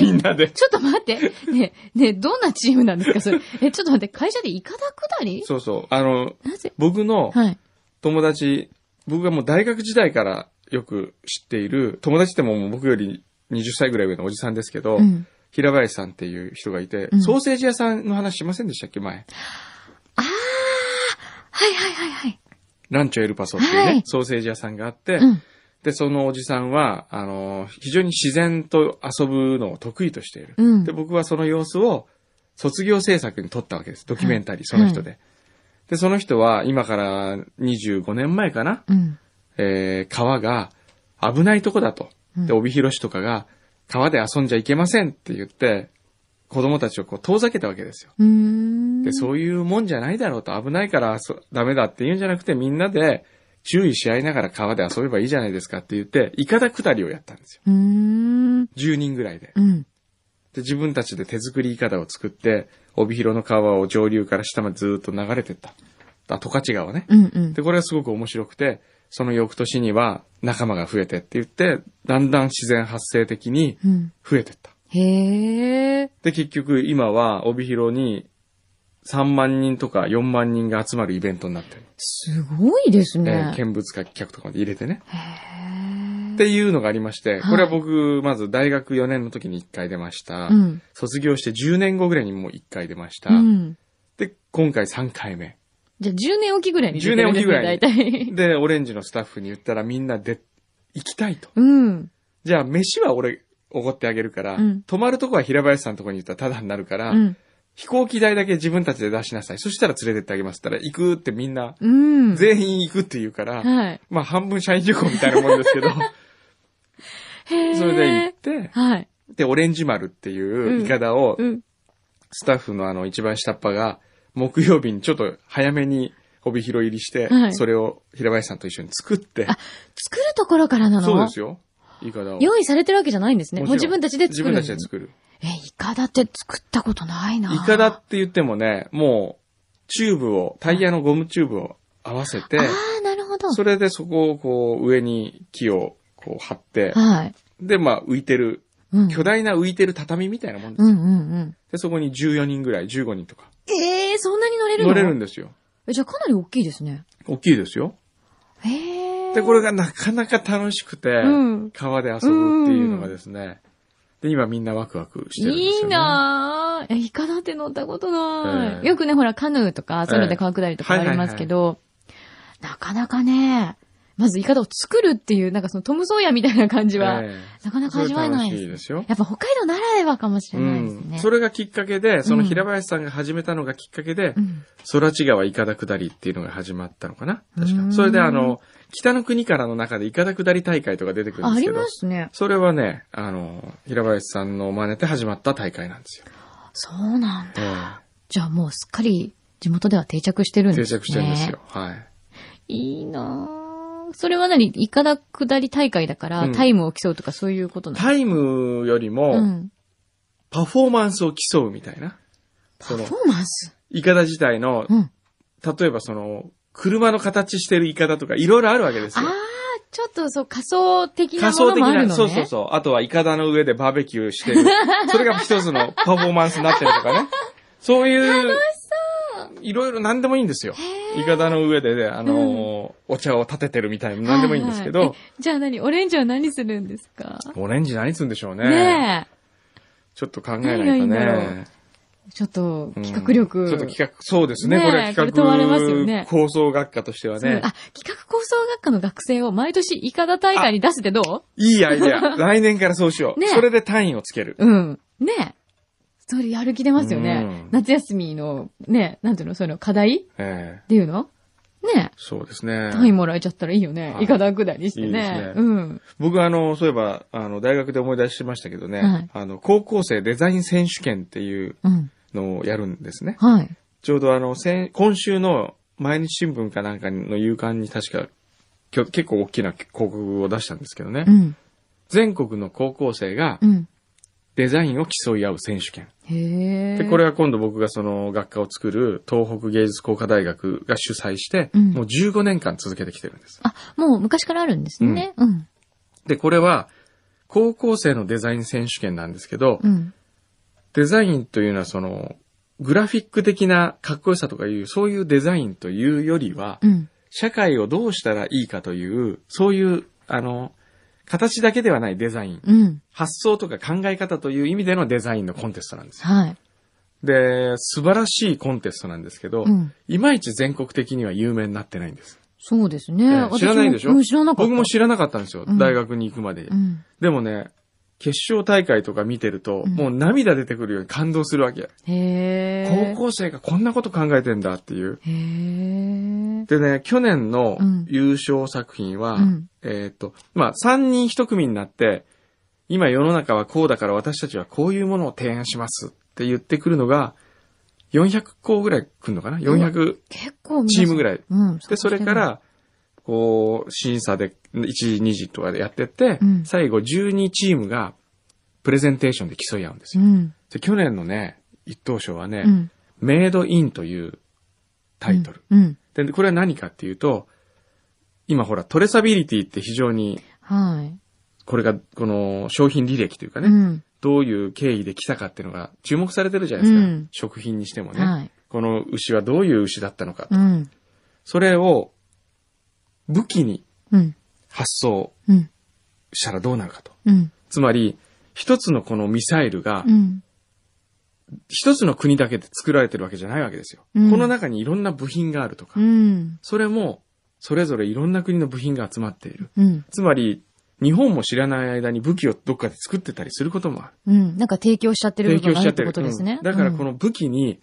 Speaker 2: みんなで。
Speaker 1: ちょっと待って。ねえ、ねえ、どんなチームなんですか、それ。え、ちょっと待って、会社でイカだくだり
Speaker 2: そうそう。あの、
Speaker 1: なぜ
Speaker 2: 僕の
Speaker 1: はい。
Speaker 2: 友達、僕がもう大学時代からよく知っている、友達ってももう僕より20歳ぐらい上のおじさんですけど、
Speaker 1: うん。
Speaker 2: 平林さんっていう人がいて、
Speaker 1: うん
Speaker 2: ソーセージ屋さんの話しませんでしたっけ前。
Speaker 1: はいはいはいはい。
Speaker 2: ランチョエルパソっていうね、
Speaker 1: はい
Speaker 2: ソーセージ屋さんがあって、
Speaker 1: うん。
Speaker 2: で、そのおじさんは、あの、非常に自然と遊ぶのを得意としている。
Speaker 1: うん
Speaker 2: で、。僕はその様子を卒業制作に撮ったわけです。ドキュメンタリー、その人で。で、その人は今から25年前かな、
Speaker 1: うん。
Speaker 2: えー川が危ないとこだと。
Speaker 1: うん
Speaker 2: で、帯広市とかが川で遊んじゃいけませんって言って、子供たちをこう遠ざけたわけですよ。
Speaker 1: うーん。
Speaker 2: で、そういうもんじゃないだろうと危ないからそダメだって言うんじゃなくてみんなで注意し合いながら川で遊べばいいじゃないですかって言って、イカダ下りをやったんですよ。
Speaker 1: うーん。
Speaker 2: 10人ぐらいで。
Speaker 1: うん。
Speaker 2: で、自分たちで手作りイカダを作って、帯広の川を上流から下までずーっと流れてった。あ、十勝川ね。
Speaker 1: うん。うん。
Speaker 2: で、これがすごく面白くて、その翌年には仲間が増えてって言って、だんだん自然発生的に
Speaker 1: うん。
Speaker 2: 増えてった。
Speaker 1: へえ。
Speaker 2: で、結局今は帯広に3万人とか4万人が集まるイベントになってる。
Speaker 1: すごいです
Speaker 2: え
Speaker 1: ね
Speaker 2: ー。見物客とかまで入れてね。
Speaker 1: へ
Speaker 2: っ
Speaker 1: え。
Speaker 2: ていうのがありまして、これは
Speaker 1: はい
Speaker 2: 僕、まず大学4年の時に1回出ました。
Speaker 1: うん。
Speaker 2: 卒業して10年後ぐらいにもう1回出ました。
Speaker 1: うん。
Speaker 2: で、今回3回目。
Speaker 1: じゃあ10年おきぐらいに出て
Speaker 2: 10年
Speaker 1: るん
Speaker 2: お
Speaker 1: で
Speaker 2: き
Speaker 1: す
Speaker 2: ぐ
Speaker 1: ね。
Speaker 2: らいに
Speaker 1: 大体。
Speaker 2: で、オレンジのスタッフに言ったらみんなで、行きたいと。
Speaker 1: うん。
Speaker 2: じゃあ、飯は俺、おごってあげるから、
Speaker 1: うん
Speaker 2: 泊まるとこは平林さんのとこに言ったらタダになるから、
Speaker 1: うん。
Speaker 2: 飛行機代だけ自分たちで出しなさい。そしたら連れてってあげますって言ったら、行くってみんな、
Speaker 1: うん。
Speaker 2: 全員行くって言うから、
Speaker 1: はい。
Speaker 2: まあ、半分社員旅行みたいなもんですけ ど、
Speaker 1: へえ。
Speaker 2: それで行って、
Speaker 1: はい。
Speaker 2: で、オレンジ丸っていうイカダを、
Speaker 1: うん。
Speaker 2: スタッフのあの、一番下っ端が、木曜日にちょっと早めに帯広入りして、
Speaker 1: はい
Speaker 2: それを平林さんと一緒に作って、
Speaker 1: 作るところからなの
Speaker 2: そうですよ。イカダを。
Speaker 1: 用意されてるわけじゃないんですね。
Speaker 2: も
Speaker 1: も
Speaker 2: ち
Speaker 1: う
Speaker 2: ろ
Speaker 1: 自分
Speaker 2: ん
Speaker 1: たちで
Speaker 2: 自
Speaker 1: 作る。
Speaker 2: 分たちで作る。
Speaker 1: え、イカだって作ったことないな。
Speaker 2: イカダって言ってもね、もう、チューブを、タイヤのゴムチューブを合わせて
Speaker 1: あ、あ、なるほど。
Speaker 2: それでそこをこう、上に木をこう、張って、
Speaker 1: はい。
Speaker 2: で、まあ、浮いてる、
Speaker 1: うん。
Speaker 2: 巨大な浮いてる畳みたいなもんです。
Speaker 1: うんうんうん。
Speaker 2: で、そこに14人ぐらい、15人とか、
Speaker 1: ええそんなに乗れるの
Speaker 2: 乗れるんですよ。
Speaker 1: えじゃあかなり大きいですね。
Speaker 2: 大きいですよ。
Speaker 1: へえ。
Speaker 2: で、これがなかなか楽しくて、
Speaker 1: うん
Speaker 2: 川で遊ぶっていうのがですね、で、今みんなワクワクしてるんで
Speaker 1: い
Speaker 2: す
Speaker 1: い
Speaker 2: よ、ね。
Speaker 1: なぁ。え、イカだって乗ったことない。
Speaker 2: ええ
Speaker 1: よくね、ほら、カヌーとか、そういうので川下りとか
Speaker 2: ええ
Speaker 1: ありますけど、なかなかね、まずイカだを作るっていう、なんかそのトム・ソーヤみたいな感じは、
Speaker 2: え
Speaker 1: なかなか味わえない
Speaker 2: それ
Speaker 1: です,、
Speaker 2: 楽しいですよ
Speaker 1: やっぱ北海道ならではかもし
Speaker 2: え
Speaker 1: れないですね。
Speaker 2: うん。それがきっかけで、その平林さんが始めたのがきっかけで、
Speaker 1: うん
Speaker 2: 空知川イカダ下りっていうのが始まったのかな確
Speaker 1: うん
Speaker 2: か。それであの、北の国からの中でイカダ下り大会とか出てくるん
Speaker 1: あ
Speaker 2: です
Speaker 1: り
Speaker 2: けど
Speaker 1: ま、すね。
Speaker 2: それはね、あの、平林さんの真似て始まった大会なんですよ。
Speaker 1: そうなんだ。
Speaker 2: え
Speaker 1: じゃあもうすっかり地元では定着してる
Speaker 2: え
Speaker 1: んで
Speaker 2: 定
Speaker 1: すね。
Speaker 2: 着してるんですよ。。はい。
Speaker 1: いいなぁ。それは何イカだ下り大会だから、
Speaker 2: うん
Speaker 1: タイムを競うとかそういうことなの
Speaker 2: タイムよりも、
Speaker 1: うん。
Speaker 2: パフォーマンスを競うみたいな。
Speaker 1: パ
Speaker 2: そ
Speaker 1: フ
Speaker 2: の
Speaker 1: ォ、ーマンス。
Speaker 2: イカダ自体の、
Speaker 1: うん。
Speaker 2: 例えばその、車の形してるイカダとか、いろいろあるわけです
Speaker 1: あ
Speaker 2: よ
Speaker 1: あ。、ちょっとそう、仮想的な
Speaker 2: 仮
Speaker 1: も
Speaker 2: 想
Speaker 1: の
Speaker 2: 的
Speaker 1: もあ
Speaker 2: な、
Speaker 1: るのね。
Speaker 2: そうそうそう。あとはイカダの上でバーベキューして る。それが一つのパフォーマンスになってるとかね。そういう、いろいろ何でもいいんですよ。イカダの上でね、あのーお茶を立ててるみたいな何でもいいんですけ
Speaker 1: はは
Speaker 2: ど
Speaker 1: い、えじゃあ何オレンジは何するんですか
Speaker 2: オレンジ何するんでしょうね。
Speaker 1: ねえ。
Speaker 2: ちょっと考えないと
Speaker 1: 何がいいんだろ
Speaker 2: ね。
Speaker 1: ちょっと、
Speaker 2: うん
Speaker 1: 企画力。
Speaker 2: ちょっと企画、そうですね。
Speaker 1: ねえ
Speaker 2: これは企
Speaker 1: これ問われますよね
Speaker 2: 画構想学科としては
Speaker 1: そう
Speaker 2: ね。
Speaker 1: あ、企画構想学科の学生を毎年イカダ大会に出すってど
Speaker 2: いいアイデア。来年からそうしよう。
Speaker 1: ねえ
Speaker 2: それで単位をつける。
Speaker 1: ううん。ねえ。それやる気出ますよね
Speaker 2: うん。
Speaker 1: 夏休みの、ねえ、なんていうの、そういうの、課題
Speaker 2: ええ
Speaker 1: っていうのねえ。
Speaker 2: そうですね。
Speaker 1: 単位もらえちゃったらいいよね。
Speaker 2: はい
Speaker 1: イカダ下りしてね。
Speaker 2: いいですね
Speaker 1: うん。
Speaker 2: 僕あの、そういえば、あの、大学で思い出しましたけどね、
Speaker 1: はい
Speaker 2: あの、高校生デザイン選手権っていう
Speaker 1: うん。
Speaker 2: のをやるんですね。
Speaker 1: はい。
Speaker 2: ちょうどあの、先今週の毎日新聞かなんかの夕刊に確か、きょ結構大きな広告を出したんですけどね、
Speaker 1: うん。
Speaker 2: 全国の高校生が
Speaker 1: うん。
Speaker 2: デザインを競い合う選手権。
Speaker 1: へえ。
Speaker 2: で、これは今度僕がその学科を作る東北芸術工科大学が主催して、
Speaker 1: うん
Speaker 2: もう15年間続けてきてるんです。
Speaker 1: あ、もう昔からあるんですね。うん。
Speaker 2: で、これは、高校生のデザイン選手権なんですけど、
Speaker 1: うん。
Speaker 2: デザインというのはその、グラフィック的なかっこよさとかいう、そういうデザインというよりは、
Speaker 1: うん。
Speaker 2: 社会をどうしたらいいかという、そういう、あの、形だけではないデザイン、
Speaker 1: うん。
Speaker 2: 発想とか考え方という意味でのデザインのコンテストなんですよ。
Speaker 1: はい。
Speaker 2: で、素晴らしいコンテストなんですけど、
Speaker 1: うん。
Speaker 2: いまいち全国的には有名になってないんです。
Speaker 1: そうですね。
Speaker 2: ええ知らないでしょ
Speaker 1: 私もうん知らなかった。
Speaker 2: 僕も知らなかったんですよ、
Speaker 1: うん
Speaker 2: 大学に行くまでに。
Speaker 1: うん。
Speaker 2: でもね、決勝大会とか見てると、
Speaker 1: うん
Speaker 2: もう涙出てくるように感動するわけ。
Speaker 1: へえ。
Speaker 2: 高校生がこんなこと考えてんだっていう。
Speaker 1: へえ。
Speaker 2: でね、去年の
Speaker 1: うん
Speaker 2: 優勝作品は、
Speaker 1: うん
Speaker 2: えーっと、まあ、3人1組になって、今世の中はこうだから私たちはこういうものを提案しますっって言ってくるのが、400校ぐらい来るのかな ?400
Speaker 1: 結構
Speaker 2: チームぐ
Speaker 1: らい。
Speaker 2: らい。
Speaker 1: うん。
Speaker 2: で、それか
Speaker 1: う
Speaker 2: ら、こう、審査で1、2時とかでやってって、
Speaker 1: うん
Speaker 2: 最後12チームがプレゼンテーションで競い合うんですよ。
Speaker 1: ん。
Speaker 2: で去年のね、一等賞はね、
Speaker 1: うん。
Speaker 2: メイドインというタイトル。
Speaker 1: うん。
Speaker 2: で、これは何かっていうと、今ほら、トレサビリティって非常に、
Speaker 1: はい。
Speaker 2: これが、この商品履歴というかね、
Speaker 1: うん。
Speaker 2: どういう経緯で来たかっていうのが注目されてるじゃないですか。
Speaker 1: うん
Speaker 2: 食品にしてもね、
Speaker 1: はい。
Speaker 2: この牛はどういう牛だったのか。
Speaker 1: うん。
Speaker 2: それを武器に
Speaker 1: うん。
Speaker 2: 発想
Speaker 1: うん。
Speaker 2: したらどうなるかと。
Speaker 1: うん。
Speaker 2: つまり、一つのこのミサイルが
Speaker 1: う、ん。
Speaker 2: 一つの国だけで作られてるわけじゃないわけですよ。
Speaker 1: うん
Speaker 2: この中にいろんな部品があるとか、
Speaker 1: うん。
Speaker 2: それも、それぞれいろんな国の部品が集まっている。
Speaker 1: うん。
Speaker 2: つまり、日本も知らない間に武器をどっかで作ってたりすることもあ
Speaker 1: う
Speaker 2: る。
Speaker 1: ん。なんか提供しちゃってる部
Speaker 2: 提
Speaker 1: 分
Speaker 2: 供
Speaker 1: が
Speaker 2: し
Speaker 1: あ
Speaker 2: ち
Speaker 1: る
Speaker 2: ゃ
Speaker 1: っ
Speaker 2: って
Speaker 1: てこと
Speaker 2: る。
Speaker 1: ですね。
Speaker 2: うんだからこの武器に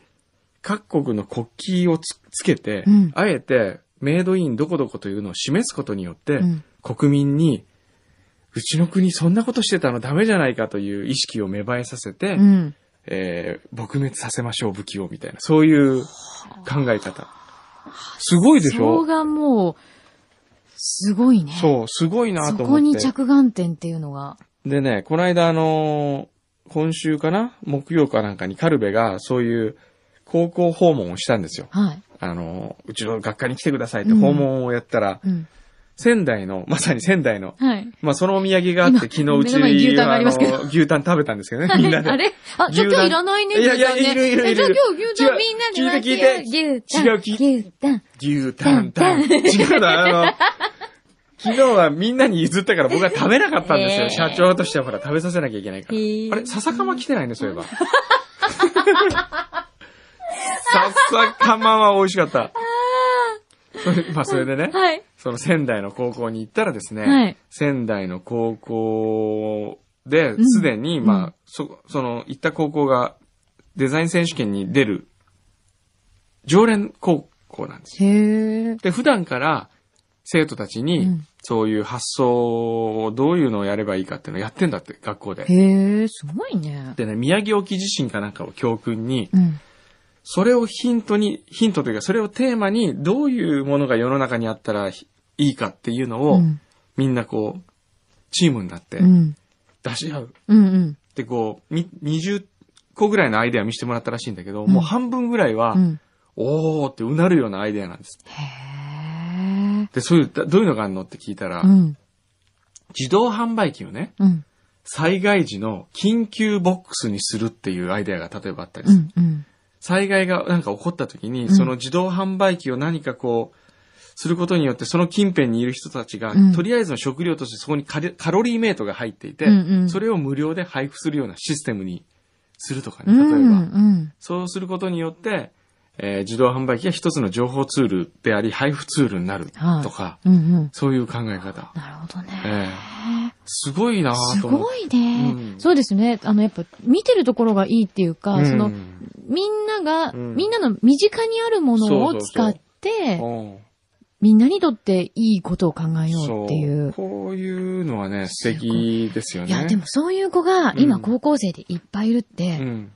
Speaker 2: 各国の国旗をつつけて、
Speaker 1: うん
Speaker 2: あえてメイドインどこどこというのを示すことによって、
Speaker 1: うん、
Speaker 2: 国民に、うちの国そんなことしてたのダメじゃないかという意識を芽生えさせて、
Speaker 1: うん。
Speaker 2: えー撲滅させましょう武器をみたいな、そういう考え方。すごいでし
Speaker 1: そこ
Speaker 2: ょ
Speaker 1: がもう、すごいね。
Speaker 2: そう、すごいな
Speaker 1: そ
Speaker 2: と
Speaker 1: こ
Speaker 2: 思っ
Speaker 1: に
Speaker 2: て。
Speaker 1: 着眼点っていうのが。
Speaker 2: でね、この間あのー今週かな木曜かなんかにカルベがそういう高校訪問をしたんですよ。
Speaker 1: はい。
Speaker 2: あの、うちの学科に来てくださいって訪問をやったら、
Speaker 1: うん。
Speaker 2: 仙台の、まさに仙台の、
Speaker 1: はい。
Speaker 2: まあそのお土産があって、昨日うち
Speaker 1: 目の前に牛タンがありますけど
Speaker 2: あの牛タン食べたんですけどね、みんなで。
Speaker 1: あれあ、じゃあ今日いらないね。
Speaker 2: いやいや
Speaker 1: 牛タンね
Speaker 2: いるいるいる
Speaker 1: えじゃあ今日牛
Speaker 2: 違
Speaker 1: タ
Speaker 2: う
Speaker 1: ンみんなで分け
Speaker 2: 聞いて
Speaker 1: よう。牛
Speaker 2: 違う聞いて
Speaker 1: タン。牛タン。
Speaker 2: 牛タンタン。違うな、あの、昨日はみんなに譲ったから僕は食べなかったんですよ。
Speaker 1: えー
Speaker 2: 社長としてはほら食べさせなきゃいけないから。
Speaker 1: へー
Speaker 2: あれ笹かま来てないね、そういえば。笹かまは美味しかった。それまあそれでね。
Speaker 1: はい。
Speaker 2: その仙台の高校に行ったらですね、
Speaker 1: はい
Speaker 2: 仙台の高校で
Speaker 1: ん、
Speaker 2: すでに、まあ、
Speaker 1: うん
Speaker 2: そ、その、行った高校がデザイン選手権に出る常連高校なんですよ。
Speaker 1: へー。
Speaker 2: で、普段から生徒たち
Speaker 1: う
Speaker 2: に
Speaker 1: ん、
Speaker 2: そういう発想をどういうのをやればいいかっていうのをやってんだって、学校で。
Speaker 1: へー、すごいね。
Speaker 2: でね、宮城沖地震かなんかを教訓に、
Speaker 1: うん。
Speaker 2: それをヒントに、ヒントというか、それをテーマに、どういうものが世の中にあったらひいいかっていうのを、
Speaker 1: うん
Speaker 2: みんなこう、チームになって
Speaker 1: う、ん。
Speaker 2: 出し合う。
Speaker 1: うんうん。
Speaker 2: で、こう、み20個ぐらいのアイデア見せてもらったらしいんだけど、
Speaker 1: うん
Speaker 2: もう半分ぐらいは、
Speaker 1: うん。
Speaker 2: おーってうなるようなアイデアなんです。
Speaker 1: へー。
Speaker 2: で、そういう、だどういうのがあるのって聞いたら、
Speaker 1: うん。
Speaker 2: 自動販売機をね、
Speaker 1: うん。
Speaker 2: 災害時の緊急ボックスにするっていうアイデアが例えばあったり
Speaker 1: う
Speaker 2: する。
Speaker 1: ん。うん。
Speaker 2: 災害がなんか起こった時
Speaker 1: う
Speaker 2: に、
Speaker 1: ん
Speaker 2: その自動販売機を何かこう、することによって、その近辺にいる人たちが、
Speaker 1: うん
Speaker 2: とりあえずの食料としてそこにカリカロリーメイトが入っていて、
Speaker 1: うんうん
Speaker 2: それを無料で配布するようなシステムにするとか
Speaker 1: う
Speaker 2: ね、例えば。
Speaker 1: ん。うん。
Speaker 2: そうすることによって、えー自動販売機が一つの情報ツールであり、配布ツールになる
Speaker 1: はい
Speaker 2: とか、
Speaker 1: うんうん。
Speaker 2: そういう考え方。
Speaker 1: なるほどね。
Speaker 2: えー
Speaker 1: へー
Speaker 2: すごいな
Speaker 1: す
Speaker 2: ぁと思っ
Speaker 1: ご
Speaker 2: て。
Speaker 1: いね、
Speaker 2: うん
Speaker 1: そうですね。あの、やっぱ、見てるところがいいっていうか、その
Speaker 2: う、ん
Speaker 1: みんなが、
Speaker 2: うん
Speaker 1: みんなの身近にあるもの
Speaker 2: そう
Speaker 1: を
Speaker 2: そうそう
Speaker 1: 使って、
Speaker 2: うん
Speaker 1: みんなにとっていいことを考えようっていう。
Speaker 2: こういうのはね、素敵ですよね。
Speaker 1: いや、でもそういう子が今
Speaker 2: うん
Speaker 1: 高校生でいっぱいいるっ
Speaker 2: う
Speaker 1: て、
Speaker 2: ん、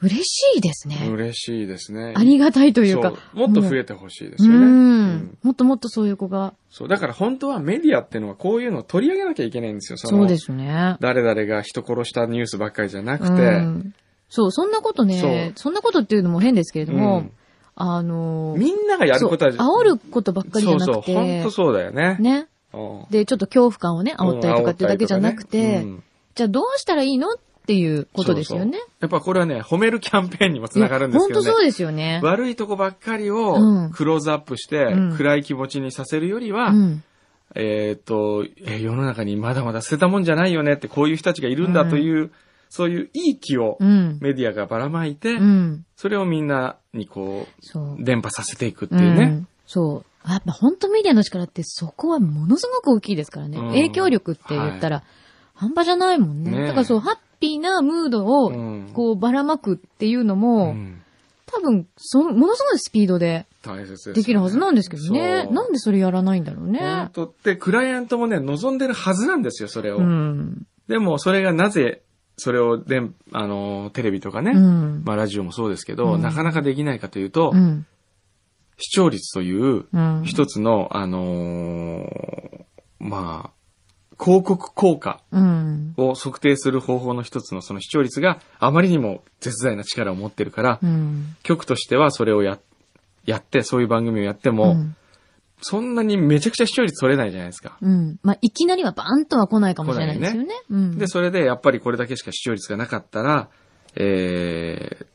Speaker 1: 嬉しいですね、
Speaker 2: 嬉しいですね。
Speaker 1: ありがたいというか。
Speaker 2: そうもっと増えてほしいです
Speaker 1: う
Speaker 2: よね。
Speaker 1: ん。もっともっとそういう子が。
Speaker 2: そう、だから本当はメディアってのはこういうのを取り上げなきゃいけないんですよ。その
Speaker 1: そうですね。
Speaker 2: 誰々が人殺したニュースばっかりじゃなく
Speaker 1: う
Speaker 2: て、
Speaker 1: んそう、そんなことね、そんなことっていうのも変ですけれども、
Speaker 2: うん
Speaker 1: あのー
Speaker 2: みんながやることは
Speaker 1: そう煽ることばっかりじゃな
Speaker 2: そ
Speaker 1: く
Speaker 2: うそう、本
Speaker 1: て
Speaker 2: 当、そうだよね。
Speaker 1: ね。
Speaker 2: うん
Speaker 1: で、ちょっと恐怖感をね、煽ったりとかっていうだけじゃなく
Speaker 2: 煽った
Speaker 1: て、
Speaker 2: りとかねうん
Speaker 1: じゃあどうしたらいいのっていうことですよね。
Speaker 2: やっぱこれはね、褒めるキャンペーンにもつながるんです
Speaker 1: 本
Speaker 2: けど
Speaker 1: 当
Speaker 2: ね。
Speaker 1: そうですよね。
Speaker 2: 悪いとこばっかり
Speaker 1: うん
Speaker 2: をクローズアップして、
Speaker 1: うん
Speaker 2: 暗い気持ちにさせるよりは、
Speaker 1: うん。
Speaker 2: えっ、と、えー世の中にまだまだ捨てたもんじゃないよねって、こういう人たちがいるんだという、そういういい気を
Speaker 1: うん。
Speaker 2: メディアがばらまいて、
Speaker 1: うん。
Speaker 2: それをみんなにこ
Speaker 1: そう
Speaker 2: う、。伝播させていくって
Speaker 1: う
Speaker 2: いうね。
Speaker 1: ん。そう。やっぱ本当メディアの力ってそこはものすごく大きいですからね。
Speaker 2: うん
Speaker 1: 影響力って言ったら、半端じゃないもんね。
Speaker 2: ねえ
Speaker 1: だからそう、ハッピーなムード
Speaker 2: う
Speaker 1: を、
Speaker 2: ん
Speaker 1: こう、ばらまくっていうのも、
Speaker 2: うん
Speaker 1: 多分、その、ものすごいスピードで
Speaker 2: 大切ですよね、
Speaker 1: できるはずなんですけどね。
Speaker 2: そう
Speaker 1: なんでそれやらないんだろうね
Speaker 2: 本。当って、クライアントもね、望んでるはずなんですよ、それを。
Speaker 1: うん。
Speaker 2: でも、それがなぜそれをで、あの、テレビとかね、
Speaker 1: うん。
Speaker 2: まあラジオもそうですけど、
Speaker 1: うん
Speaker 2: なかなかできないかというと、
Speaker 1: うん。
Speaker 2: 視聴率という
Speaker 1: うん。
Speaker 2: 一つの、あのーまあ、広告効果
Speaker 1: うん。
Speaker 2: を測定する方法の一つのその視聴率があまりにも絶大な力を持ってるから、
Speaker 1: うん。
Speaker 2: 局としてはそれをや、やって、そういう番組をやっても、
Speaker 1: うん
Speaker 2: そんなにめちゃくちゃ視聴率取れないじゃないですか。
Speaker 1: うん。まあ、いきなりはバーンとは来ないかもしれないですよね。うん。
Speaker 2: で、それでやっぱりこれだけしか視聴率がなかったら、えー、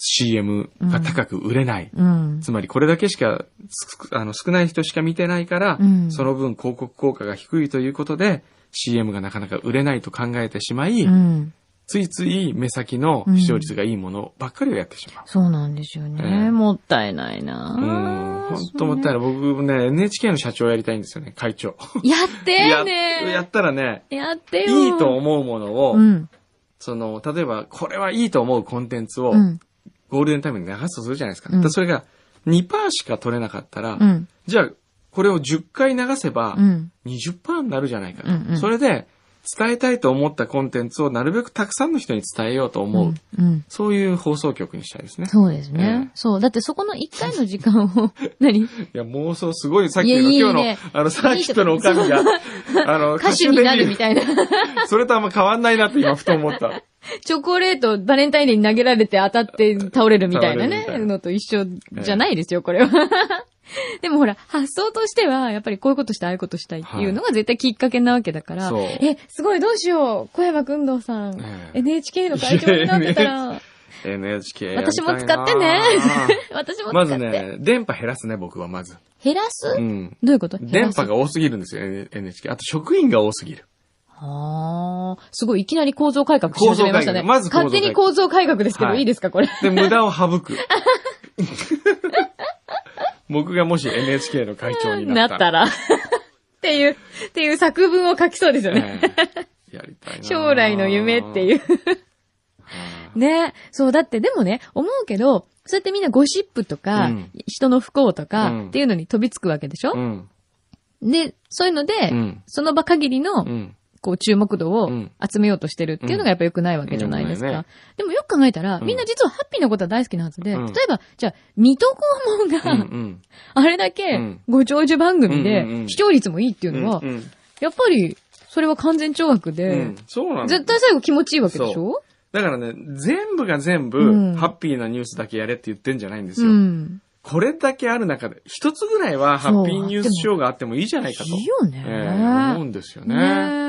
Speaker 2: CM が高く売れない。
Speaker 1: うん。
Speaker 2: つまりこれだけしか、つあの、少ない人しか見てないから、
Speaker 1: うん
Speaker 2: その分広告効果が低いということで、CM がなかなか売れないと考えてしまい、
Speaker 1: うん。
Speaker 2: ついつい目先の視聴率がいいものばっかりをやってしまう。
Speaker 1: そうなんですよね。
Speaker 2: ええ
Speaker 1: もったいないうなぁ
Speaker 2: ん、本当もったい
Speaker 1: な
Speaker 2: ない。僕ね、NHK の社長やりたいんですよね、会長。
Speaker 1: い。やって
Speaker 2: や
Speaker 1: よ ね
Speaker 2: やったらね、
Speaker 1: やってよ
Speaker 2: いいと思うものを、
Speaker 1: うん。
Speaker 2: その、例えば、これはいいと思うコンテンツを
Speaker 1: う、ん。
Speaker 2: ゴールデンタイムに流すとするじゃないですか。
Speaker 1: うん
Speaker 2: でそれが2%しか取れなかったら、
Speaker 1: うん。
Speaker 2: じゃあ、これを10回流せば
Speaker 1: う、ん。
Speaker 2: 20%になるじゃないかと。
Speaker 1: うんうん
Speaker 2: それで、伝えたいと思ったコンテンツをなるべくたくさんの人に伝えようと思う。
Speaker 1: うん。
Speaker 2: そういう放送局にしたいですね。
Speaker 1: そうです
Speaker 2: え
Speaker 1: ね
Speaker 2: え。
Speaker 1: そう。だってそこの一回の時間を、 何
Speaker 2: いや、妄想すごい、さっきの
Speaker 1: いやいい
Speaker 2: 今日の、
Speaker 1: ね
Speaker 2: あの、サーキットのおかみが、あの、
Speaker 1: 歌手になるみ
Speaker 2: 歌
Speaker 1: たいな。
Speaker 2: 手できるそれとあんま変わんないなって今、ふと思った。
Speaker 1: チョコレート、バレンタインデーに投げられて当たって倒れるみたいなね
Speaker 2: 倒れるみた、いな
Speaker 1: のと一緒じゃないですよ、これは。 でもほら、発想としては、やっぱりこういうことしたい、ああいうことしたいっていうのが絶対きっかけなわけだから、
Speaker 2: そう
Speaker 1: え、すごい、どうしよう、小山くんどうさん、
Speaker 2: ええ
Speaker 1: NHK の会長になってた ら、
Speaker 2: NHK。
Speaker 1: 私も使って ね。 私も使って。
Speaker 2: まずね、電波減らすね、僕はまず。
Speaker 1: 減らす、
Speaker 2: うん。
Speaker 1: どういうこと
Speaker 2: 電波
Speaker 1: が。
Speaker 2: が多すぎるんですよ、N- NHK。あと職員が多すぎる。
Speaker 1: あーすごい、いきなり構造改革し始めましたね。
Speaker 2: 構造改革まず構造改革
Speaker 1: 勝手に構造改革ですけど、
Speaker 2: はい
Speaker 1: いいですか、これ。
Speaker 2: で、無駄を省く。 僕がもし NHK の会長に
Speaker 1: な
Speaker 2: な
Speaker 1: っ
Speaker 2: っ
Speaker 1: たた
Speaker 2: ら。
Speaker 1: ら。っていう、っていう作文を書きそうですよね。
Speaker 2: ええやりたいな。
Speaker 1: 将来の夢って
Speaker 2: う。
Speaker 1: いう。ね。そう、だってでもね、思うけど、そうやってみんなゴシップとか、
Speaker 2: うん
Speaker 1: 人の不幸とか、
Speaker 2: うん
Speaker 1: っていうのに飛びつくわけでしょ
Speaker 2: う、ん。
Speaker 1: で、そういうので、
Speaker 2: うん。
Speaker 1: その場限りの、
Speaker 2: うん。
Speaker 1: こう、注目度を
Speaker 2: うん
Speaker 1: 集めようとしてるっていうのがやっぱ良くないわけじゃないですか。
Speaker 2: うん良くないね
Speaker 1: でもよく考えたら、
Speaker 2: うん
Speaker 1: みんな実はハッピーなことは大好きなはずで、
Speaker 2: うん
Speaker 1: 例えば、じゃあ、水戸黄門
Speaker 2: う
Speaker 1: が、
Speaker 2: ん。うん。
Speaker 1: あれだ
Speaker 2: う
Speaker 1: け
Speaker 2: ん、
Speaker 1: ご長寿番組
Speaker 2: うんうんう
Speaker 1: で、
Speaker 2: ん
Speaker 1: 視聴率もいいっていうのは、
Speaker 2: うん
Speaker 1: やっぱり、それは完全懲悪
Speaker 2: う
Speaker 1: で、
Speaker 2: ん。そうなんだ
Speaker 1: 絶。対最後気持ちいいわけでしょ
Speaker 2: だからね、全部が全部、
Speaker 1: うん
Speaker 2: ハッピーなニュースだけやれって言ってんじゃないんです
Speaker 1: う
Speaker 2: よ。
Speaker 1: ん。
Speaker 2: これだけある中で、一つぐらいはハッピーニュースショーがあってもいいじゃないかと。
Speaker 1: いいよね。
Speaker 2: ええ思うんですよね。
Speaker 1: ねえ。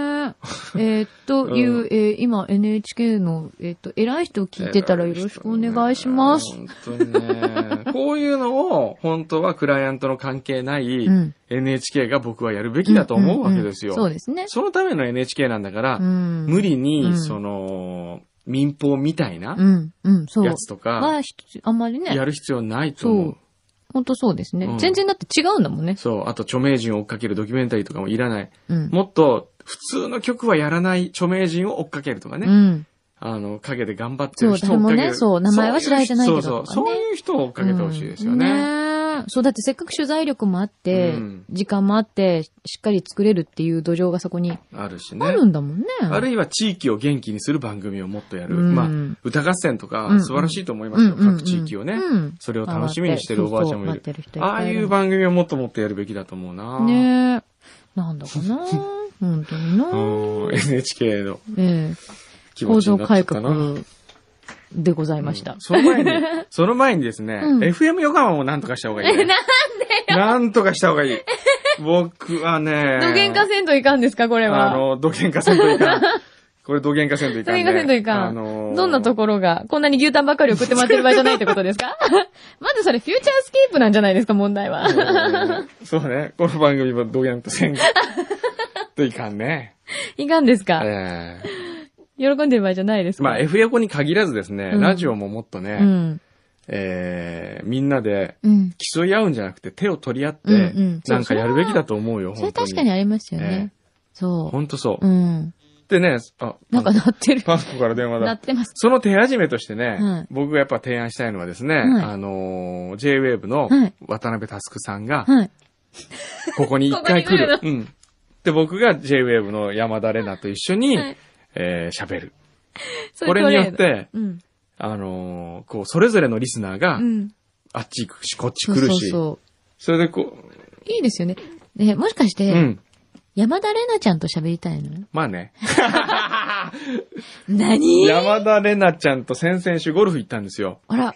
Speaker 1: えーっと、
Speaker 2: うん
Speaker 1: いう、えー今 NHK の、えーっと、偉い人を聞いてたらよろしくお願いします。
Speaker 2: 本当にね。こういうのを、本当はクライアントの関係ない
Speaker 1: うん。
Speaker 2: NHK が僕はやるべきだと思うわけですよ。
Speaker 1: うんうんうんそうですね。
Speaker 2: そのための NHK なんだから、
Speaker 1: うん。
Speaker 2: 無理
Speaker 1: うん
Speaker 2: に、その、民放みたいな
Speaker 1: うん、うん、そう。
Speaker 2: やつとか、
Speaker 1: は、ひあんまり
Speaker 2: や
Speaker 1: ね。
Speaker 2: る必要ないと思
Speaker 1: そう
Speaker 2: う。
Speaker 1: ほんとそうですね、
Speaker 2: うん
Speaker 1: 全然だって違うんだもんね。
Speaker 2: そう。あと、著名人を追っかけるドキュメンタリーとかもいらない。
Speaker 1: うん。
Speaker 2: もっと、普通の曲はやらない著名人を追っかけるとかね。
Speaker 1: うん。
Speaker 2: あの、陰で頑張ってる人
Speaker 1: そう
Speaker 2: を追っか
Speaker 1: 誰
Speaker 2: け
Speaker 1: もね
Speaker 2: る。
Speaker 1: そう名前は知られてないけど
Speaker 2: そうそう。
Speaker 1: とか
Speaker 2: そ
Speaker 1: ね
Speaker 2: ういう人を追っかけてほしいですよ
Speaker 1: う
Speaker 2: ね。
Speaker 1: んねえそう、だってせっかく取材力もあって、
Speaker 2: うん
Speaker 1: 時間もあって、しっかり作れるっていう土壌がそこに
Speaker 2: あるしね。
Speaker 1: あるんだもんね。
Speaker 2: あるいは地域を元気にする番組をもっとやる。
Speaker 1: うん
Speaker 2: まあ、歌合戦と
Speaker 1: う
Speaker 2: か
Speaker 1: ん
Speaker 2: 素晴らしいと思いますよ。
Speaker 1: うん
Speaker 2: 各地域をね、
Speaker 1: うん
Speaker 2: それを楽しみにしてるおばあちゃんもいる。
Speaker 1: そうそう待ってる人いっ
Speaker 2: あ
Speaker 1: ぱ
Speaker 2: あ
Speaker 1: いい
Speaker 2: い
Speaker 1: る
Speaker 2: う番組をもっともっとやるべきだと思うな。
Speaker 1: ねえ。なんだか な本当に
Speaker 2: う
Speaker 1: な。
Speaker 2: ん NHK の
Speaker 1: ええ。
Speaker 2: 気
Speaker 1: 構
Speaker 2: 持ち
Speaker 1: 造
Speaker 2: になっちゃ
Speaker 1: 改
Speaker 2: ったな。
Speaker 1: 革でございました。
Speaker 2: その前に、 その前にですね、
Speaker 1: うん
Speaker 2: FM 横浜もなんとかした方がいい、ね。なんでよなんとかした方がいい。僕はね、
Speaker 1: どげんかせんといかんですか、これ
Speaker 2: あ
Speaker 1: は。
Speaker 2: の、どげんかせんといかん。これどげんかせんといか
Speaker 1: ど
Speaker 2: ん、ね。
Speaker 1: げんかせんといかん。どんなところが、こんなに牛タンばっかり送ってもらってる場合じゃないってことですか まずそれ、フューチャースケープなんじゃないですか、問題は。
Speaker 2: そうね。この番組はどうやんとせんがといかんね。
Speaker 1: いかんですか
Speaker 2: え
Speaker 1: 喜んでる場合じゃないです
Speaker 2: ー
Speaker 1: か。
Speaker 2: まあ、F 横に限らずですね、
Speaker 1: うん
Speaker 2: ラジオももっとね、
Speaker 1: うん。
Speaker 2: えーみんなで
Speaker 1: うん。
Speaker 2: 競い合うんじゃなくて手を取り合っ
Speaker 1: うん
Speaker 2: て
Speaker 1: うん、
Speaker 2: なんかやるべきだと思うよ、
Speaker 1: それ
Speaker 2: 本当に。
Speaker 1: 確かにありますよ
Speaker 2: え
Speaker 1: ね。そ
Speaker 2: 本当そう
Speaker 1: う。。うん。
Speaker 2: でね、あ、
Speaker 1: なんか鳴ってる。
Speaker 2: パンコから電話
Speaker 1: 鳴
Speaker 2: だ
Speaker 1: っ。てます。
Speaker 2: その手始めとしてね、
Speaker 1: はい
Speaker 2: 僕がやっぱ提案したいのはですね、
Speaker 1: はい
Speaker 2: あのー JWAVE の
Speaker 1: はい
Speaker 2: 渡辺佑さんが、
Speaker 1: はい。
Speaker 2: ここに一回来る。
Speaker 1: こ
Speaker 2: うん。で、僕が JWAVE の山田玲奈と一緒に、
Speaker 1: はい
Speaker 2: えー喋る。
Speaker 1: そ
Speaker 2: これによっ。て、
Speaker 1: うん。
Speaker 2: あのーこう、それぞれのリスナーが
Speaker 1: う、ん。
Speaker 2: あっち行くし、こっち
Speaker 1: そ
Speaker 2: 来
Speaker 1: う
Speaker 2: る
Speaker 1: そう
Speaker 2: し、
Speaker 1: そ
Speaker 2: それでこ
Speaker 1: う。いいですよね。ね、もしかし
Speaker 2: う、う
Speaker 1: て、
Speaker 2: ん。
Speaker 1: 山田玲奈ちゃんと喋りたいの
Speaker 2: ま あね。
Speaker 1: 何
Speaker 2: 山田玲奈ちゃんと先々週ゴルフ行ったんですよ。
Speaker 1: あら。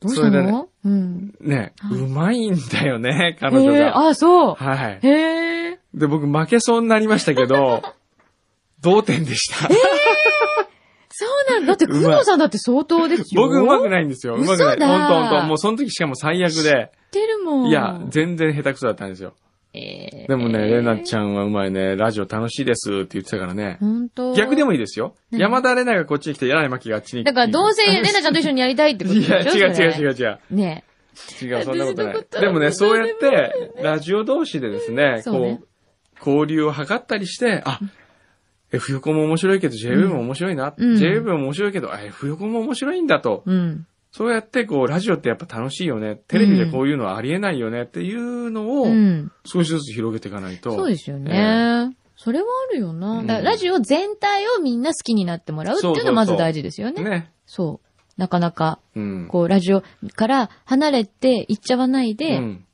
Speaker 1: どうした
Speaker 2: それでね
Speaker 1: のうん。
Speaker 2: ね、
Speaker 1: は
Speaker 2: う
Speaker 1: い
Speaker 2: まいんだよね、彼女
Speaker 1: へえ、
Speaker 2: が。
Speaker 1: あ、そう。
Speaker 2: はい。
Speaker 1: へえ。
Speaker 2: で、僕負けそうになりましたけど、 同点でした。
Speaker 1: そう なんだ。だって、工藤さんだって相当ですよ。
Speaker 2: 僕うまく
Speaker 1: い。
Speaker 2: ないんですよ。う
Speaker 1: 嘘
Speaker 2: まく
Speaker 1: だ
Speaker 2: ない。ほんとほんと。もうその時しかも最悪で、
Speaker 1: てるもん。
Speaker 2: いや、全然下手くそだったんですよ。
Speaker 1: えー
Speaker 2: でもね、玲奈ちゃんはうまいね、ラジオ楽しいですって言ってたからね。
Speaker 1: ほんと。
Speaker 2: 逆でもいいですよ。
Speaker 1: 何
Speaker 2: 山田玲奈がこっちに来て、柳巻があっちに
Speaker 1: だから、ど うせ、レナちゃんと一緒にやりたいってことで
Speaker 2: い
Speaker 1: しょ
Speaker 2: や、違う違う
Speaker 1: そ
Speaker 2: 違
Speaker 1: れ
Speaker 2: う違う。
Speaker 1: ね
Speaker 2: 違う、そんなことな
Speaker 1: 私の
Speaker 2: い
Speaker 1: こと。は
Speaker 2: でもね、
Speaker 1: ど
Speaker 2: そうう
Speaker 1: でも
Speaker 2: やって、ラジオ同士でですね、
Speaker 1: そうね
Speaker 2: こう、交流を図ったりして、あ、F 横も面白いけど、JW も面白いな。
Speaker 1: うん
Speaker 2: JW も面白いけど、あ F 横も面白いんだと。
Speaker 1: え。うん。
Speaker 2: そうやって、こう、ラジオってやっぱ楽しいよね。テレビでこういうのはありえないよねっていうのを
Speaker 1: う、ん。
Speaker 2: 少しずつ広げていかないと。
Speaker 1: そうですよ
Speaker 2: ええ
Speaker 1: ね。それはあるよな。
Speaker 2: うん
Speaker 1: だからラジオ全体をみんな好きになってもらうっていうのがまず大事ですよね。
Speaker 2: ね。
Speaker 1: そう。なかなか、
Speaker 2: うん。
Speaker 1: こう、ラジオから離れて行っちゃわないで、
Speaker 2: うん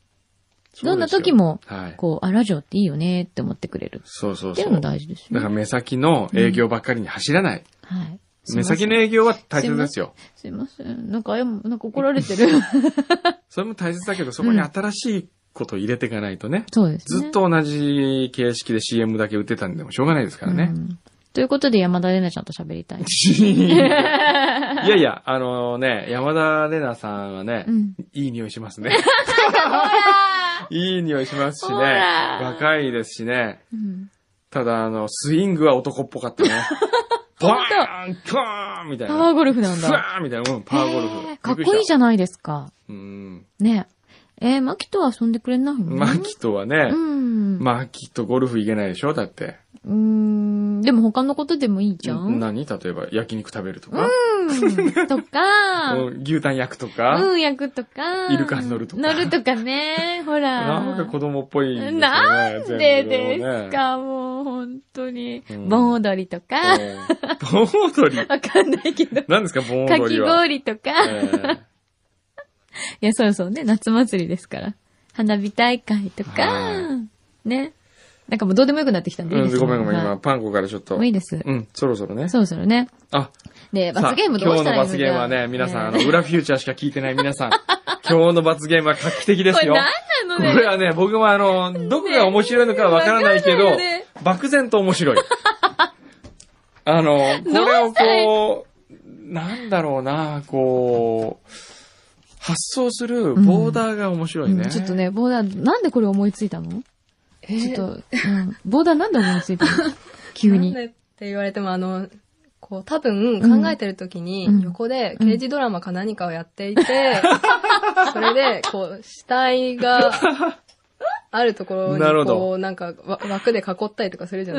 Speaker 1: どんな時、も、
Speaker 2: そうですよはい。
Speaker 1: こう、あ、ラジオっていいよねって思ってくれる。
Speaker 2: そうそう
Speaker 1: ってい
Speaker 2: そう
Speaker 1: の
Speaker 2: う。
Speaker 1: 大事です
Speaker 2: だ
Speaker 1: よ
Speaker 2: から
Speaker 1: ね。
Speaker 2: 目先の営業ばっかりに走らない。
Speaker 1: はい。
Speaker 2: 目先の
Speaker 1: ね。
Speaker 2: 営業は大切ですよ。
Speaker 1: すいません。なんか、あやもなんか怒られてる。
Speaker 2: それも大切だけど、そこに新しいことを入れていかないとね。
Speaker 1: そうですね。
Speaker 2: ずっと同じ形式で CM だけ売ってたんでもしょうがないですからね
Speaker 1: う。んということで、山田玲奈ちゃんと喋りたい。
Speaker 2: いやいや、あのね、山田玲奈さんはね、
Speaker 1: うん。
Speaker 2: いい匂い しますね。
Speaker 1: ほら
Speaker 2: いい匂いしますしね。
Speaker 1: ほら
Speaker 2: 若いですしね。
Speaker 1: うん
Speaker 2: ただ、あの、スイングは男っぽかった ね。バーンコーンみたい
Speaker 1: パワ
Speaker 2: な。
Speaker 1: ーゴルフなん
Speaker 2: ふ
Speaker 1: だ。
Speaker 2: わーンみたいな。うん、パワーゴルフ
Speaker 1: へ。ーかっこいいじゃないですか。
Speaker 2: ゃん。うん。
Speaker 1: ねえ。えー、マキと遊んでくれないの
Speaker 2: マキとは
Speaker 1: う
Speaker 2: ね、
Speaker 1: ん。
Speaker 2: マキとゴルフ行けないでしょだって。
Speaker 1: うーん。でも他のことでもいいじゃん。うん。
Speaker 2: 何例えば、焼肉食べるとか、
Speaker 1: とか、
Speaker 2: うん牛タン焼くとか、
Speaker 1: うん、役とか、
Speaker 2: イルカに乗るとか
Speaker 1: 乗るとかね、ほら。
Speaker 2: なんか子供っぽいんですよね。
Speaker 1: なんでで
Speaker 2: 全部
Speaker 1: すか、もう、本当に
Speaker 2: う。ん
Speaker 1: 盆踊りとか、
Speaker 2: ね。うん 盆踊り。
Speaker 1: わかんないけど、
Speaker 2: 何ですか、盆
Speaker 1: か
Speaker 2: 踊
Speaker 1: き
Speaker 2: りは。
Speaker 1: 氷とか、
Speaker 2: えー
Speaker 1: いや、そうそうね、夏祭りですから。花火大会とか
Speaker 2: は、
Speaker 1: ね。なんかもうどうでもよくなってきたんでいいで
Speaker 2: う
Speaker 1: す
Speaker 2: ん、ごめんごめん、
Speaker 1: は
Speaker 2: 今、パンコからちょっ
Speaker 1: い
Speaker 2: と。
Speaker 1: もういいです。
Speaker 2: うん、そろそろね。
Speaker 1: そろそろね。
Speaker 2: あ、
Speaker 1: で、
Speaker 2: さあ
Speaker 1: 罰ゲームどうしたらいいの
Speaker 2: 今日の罰ゲームはね、皆さん、あの、
Speaker 1: ね
Speaker 2: 裏フューチャーしか聞いてない皆さん、今日の罰ゲームは画期的ですよ。
Speaker 1: これ何な
Speaker 2: こ
Speaker 1: のね
Speaker 2: れはね、僕もあの、どこが面白いのかわからない
Speaker 1: ね
Speaker 2: け
Speaker 1: わか
Speaker 2: ど
Speaker 1: んないよね、
Speaker 2: 漠然と面 白い。あの、これをこう、なんだろうな、こう、発想するボーダーが面白いね。
Speaker 1: うんちょっとね、ボーダー、なんでこれ思いついたのちょっと、うんボーダーなんで思いつい たの急に
Speaker 3: なん。でって言われても、あの、こう、多分考えてる時に
Speaker 1: うん、
Speaker 3: 横で
Speaker 1: うん
Speaker 3: 刑事ドラマか何かをやってい て、それで、こう、死体が、あるところに、
Speaker 2: なるほど
Speaker 3: こう、なんか、わ枠で囲ったりとかするじゃ
Speaker 2: あ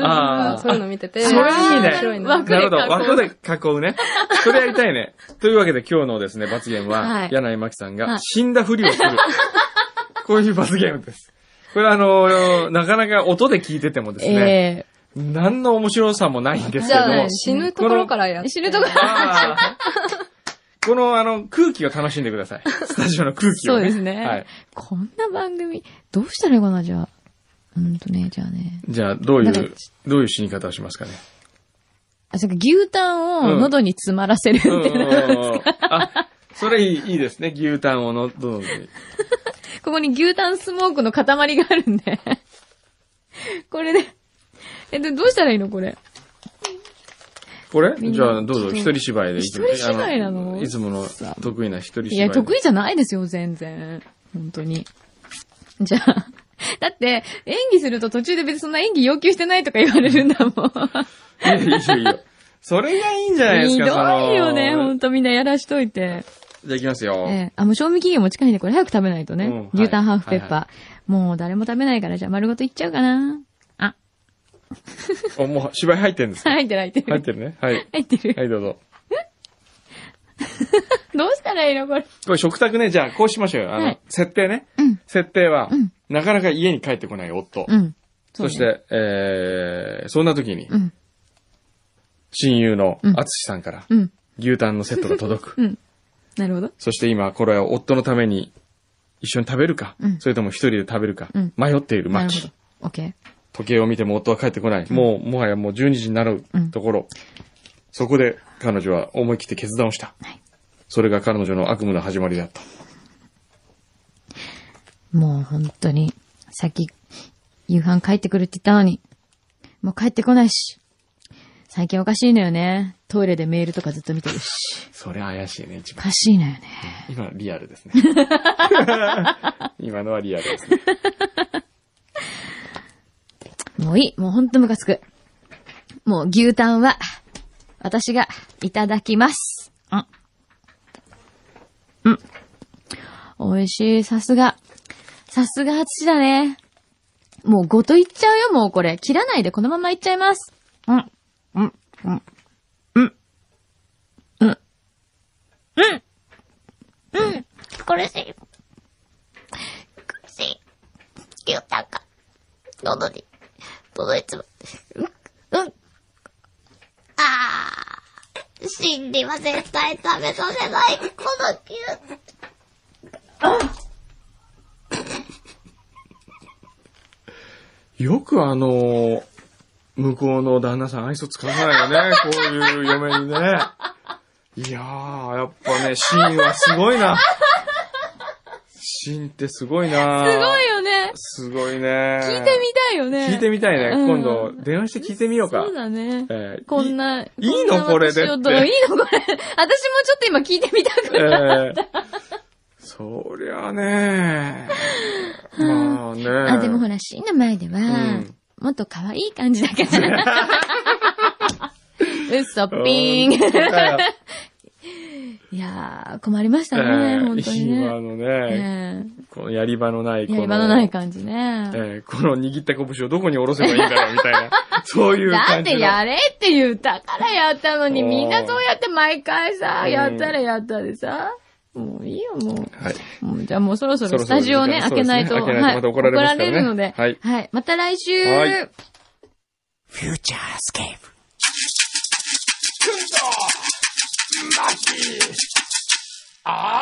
Speaker 2: ー
Speaker 3: ないですか。そういうの見てて。
Speaker 2: それいいね
Speaker 3: 面白いな。
Speaker 1: 枠で囲
Speaker 2: なる
Speaker 1: う
Speaker 2: ほど。枠で囲うね。それやりた いね。というわけで今日のですね、罰ゲームは、
Speaker 1: はい
Speaker 2: 柳井真紀さ
Speaker 1: は
Speaker 2: ん
Speaker 1: い
Speaker 2: が死んだふり をする。こういう罰ゲームです。これあの、なかなか音で聞いててもですね、
Speaker 1: え
Speaker 2: 何の面白さもないんです
Speaker 3: じ
Speaker 2: けど
Speaker 3: ゃ
Speaker 2: も
Speaker 3: あ、、死ぬところからやっ
Speaker 1: ー、
Speaker 3: て。
Speaker 1: 死ぬところ。
Speaker 2: あーこのあの、空気を楽しんでください。スタジオの空気を、
Speaker 1: そうですね
Speaker 2: はい。
Speaker 1: こんな番組、どうしたらいいかな、じゃあ。うんとね、じゃあね。
Speaker 2: じゃあ、どうい
Speaker 1: なんか
Speaker 2: う、どういう死に方をしますかね。
Speaker 1: あ、そっか、牛タンを
Speaker 2: うん
Speaker 1: 喉に詰まらせるって
Speaker 2: うんうん
Speaker 1: な、
Speaker 2: うんうんあ、それいいいいですね。牛タンをの、どのように
Speaker 1: ここに牛タンスモークの塊があるんで。 これで。え、でどうしたらいいのこれ。
Speaker 2: これ
Speaker 1: みんな
Speaker 2: じゃあ、どうぞ、
Speaker 1: ちょっ
Speaker 2: 一
Speaker 1: と
Speaker 2: 人芝居でいつも。
Speaker 1: 一人芝居なの
Speaker 2: あいつもの得意な一人芝居で。
Speaker 1: いや、得意じゃないですよ、全然。本当に。じゃあ。 だって、演技すると途中で別にそんな演技要求してないとか言われるんだもん。
Speaker 2: いやいやいやいやそれがいいんじゃないです
Speaker 1: ひ
Speaker 2: か、
Speaker 1: どいよね、
Speaker 2: その
Speaker 1: ほんとみんなやらしといて。
Speaker 2: じゃあ行きますよ。
Speaker 1: ええあ、もう賞味期限も近いんで、これ早く食べないとね。
Speaker 2: うんはい
Speaker 1: 牛タンハーフペッパー。
Speaker 2: は
Speaker 1: もう誰も食べないから、じゃあ丸ごといっちゃうかな。あ、
Speaker 2: おもう芝居入ってるんですか
Speaker 1: 入ってる入ってる。
Speaker 2: 入ってるね。はい。
Speaker 1: 入ってる。
Speaker 2: はい、どうぞ。
Speaker 1: どうしたらいいのこれ。
Speaker 2: これ食卓ね、じゃあこうしましょうよ。あの、
Speaker 1: はい
Speaker 2: 設定ね。
Speaker 1: うん
Speaker 2: 設定は、
Speaker 1: うん
Speaker 2: なかなか家に帰ってこない夫。
Speaker 1: うん。
Speaker 2: そし
Speaker 1: うね、
Speaker 2: て、えー、そんな時に、
Speaker 1: うん。
Speaker 2: 親友の
Speaker 1: うん
Speaker 2: あつしさんから
Speaker 1: うん。
Speaker 2: 牛タンのセットが届く。
Speaker 1: うん。なるほど。
Speaker 2: そして今、これは夫のために一緒に食べるか、
Speaker 1: うん
Speaker 2: それとも一人で食べるか、
Speaker 1: うん
Speaker 2: 迷っている
Speaker 1: な
Speaker 2: マ
Speaker 1: る
Speaker 2: キ
Speaker 1: ほど。オッケー。
Speaker 2: 時計を見ても夫は帰ってこない。もう、もはやもう12時になる
Speaker 1: うん
Speaker 2: ところ。そこで彼女は思い切って決断をした。それが彼女の悪夢の始まりだった。
Speaker 1: もう本当に、さっき、夕飯帰ってくるって言ったのに、もう帰ってこないし。最近おかしいのよね。トイレでメールとかずっと見てるし。
Speaker 2: それ怪しいね、一
Speaker 1: お
Speaker 2: 番。
Speaker 1: かしいのよね。
Speaker 2: 今、リアル ですね。今のはリアルですね。
Speaker 1: もういい。もうほんとムカつく。もう牛タンは、私がいただきます。あ。うん。美味しい。さすが。さすが厚だね。もうごといっちゃうよ、もうこれ。切らないでこのままいっちゃいます。うん。うん。うん。うん。うん。うん。うん。苦しい。苦しい。牛タンが、喉に。届いちまって。うん。うん。
Speaker 4: ああ、心理は絶対食べさせない。このキュ
Speaker 2: よくあの向こうの旦那さん愛想つかないよね。こういう嫁にね。いやー、やっぱね、シンはすごいな。シンってすごいな
Speaker 1: すごいよね。
Speaker 2: すごいね。
Speaker 1: 聞いてみたいよね。
Speaker 2: 聞いてみたいね。
Speaker 1: うん
Speaker 2: 今度、電話して聞いてみようか。
Speaker 1: そうだね。
Speaker 2: えー
Speaker 1: こんな。
Speaker 2: いいの
Speaker 1: んな私をどう
Speaker 2: これで
Speaker 1: いいのこれ。私もちょっと今聞いてみたくなる。
Speaker 2: えーそりゃあねまあね
Speaker 1: あ、でもほら、シーンの前では
Speaker 2: ん、
Speaker 1: もっと可愛い感じだから。 うっそ、ピー
Speaker 2: 本当だよ
Speaker 1: ン。いやー、困りました
Speaker 2: え
Speaker 1: ね、
Speaker 2: ー
Speaker 1: 本当に
Speaker 2: 今
Speaker 1: ね。
Speaker 2: のね、
Speaker 1: ね
Speaker 2: このやり場のない、
Speaker 1: え
Speaker 2: こ
Speaker 1: や
Speaker 2: の、
Speaker 1: り場のない感じね。
Speaker 2: えーこの握った拳をどこに下ろせばいいんだろうみたいな、そういう
Speaker 1: だっ
Speaker 2: 感じ
Speaker 1: て
Speaker 2: の。
Speaker 1: やれって言ったからやったのに、
Speaker 2: おー
Speaker 1: みんなそうやって毎回さ、
Speaker 2: うん
Speaker 1: やったらやったでさ、もういいよ、もう。
Speaker 2: はい。
Speaker 1: もうじゃあもうそろそ
Speaker 2: そ
Speaker 1: ろ
Speaker 2: ろ
Speaker 1: ス
Speaker 2: そろ
Speaker 1: タジオね、
Speaker 2: 時
Speaker 1: 開け
Speaker 2: 間
Speaker 1: ないと。
Speaker 2: そうですね開けないとまた怒られますからね
Speaker 1: 怒られるので。
Speaker 2: はい
Speaker 1: また来週
Speaker 2: はいあ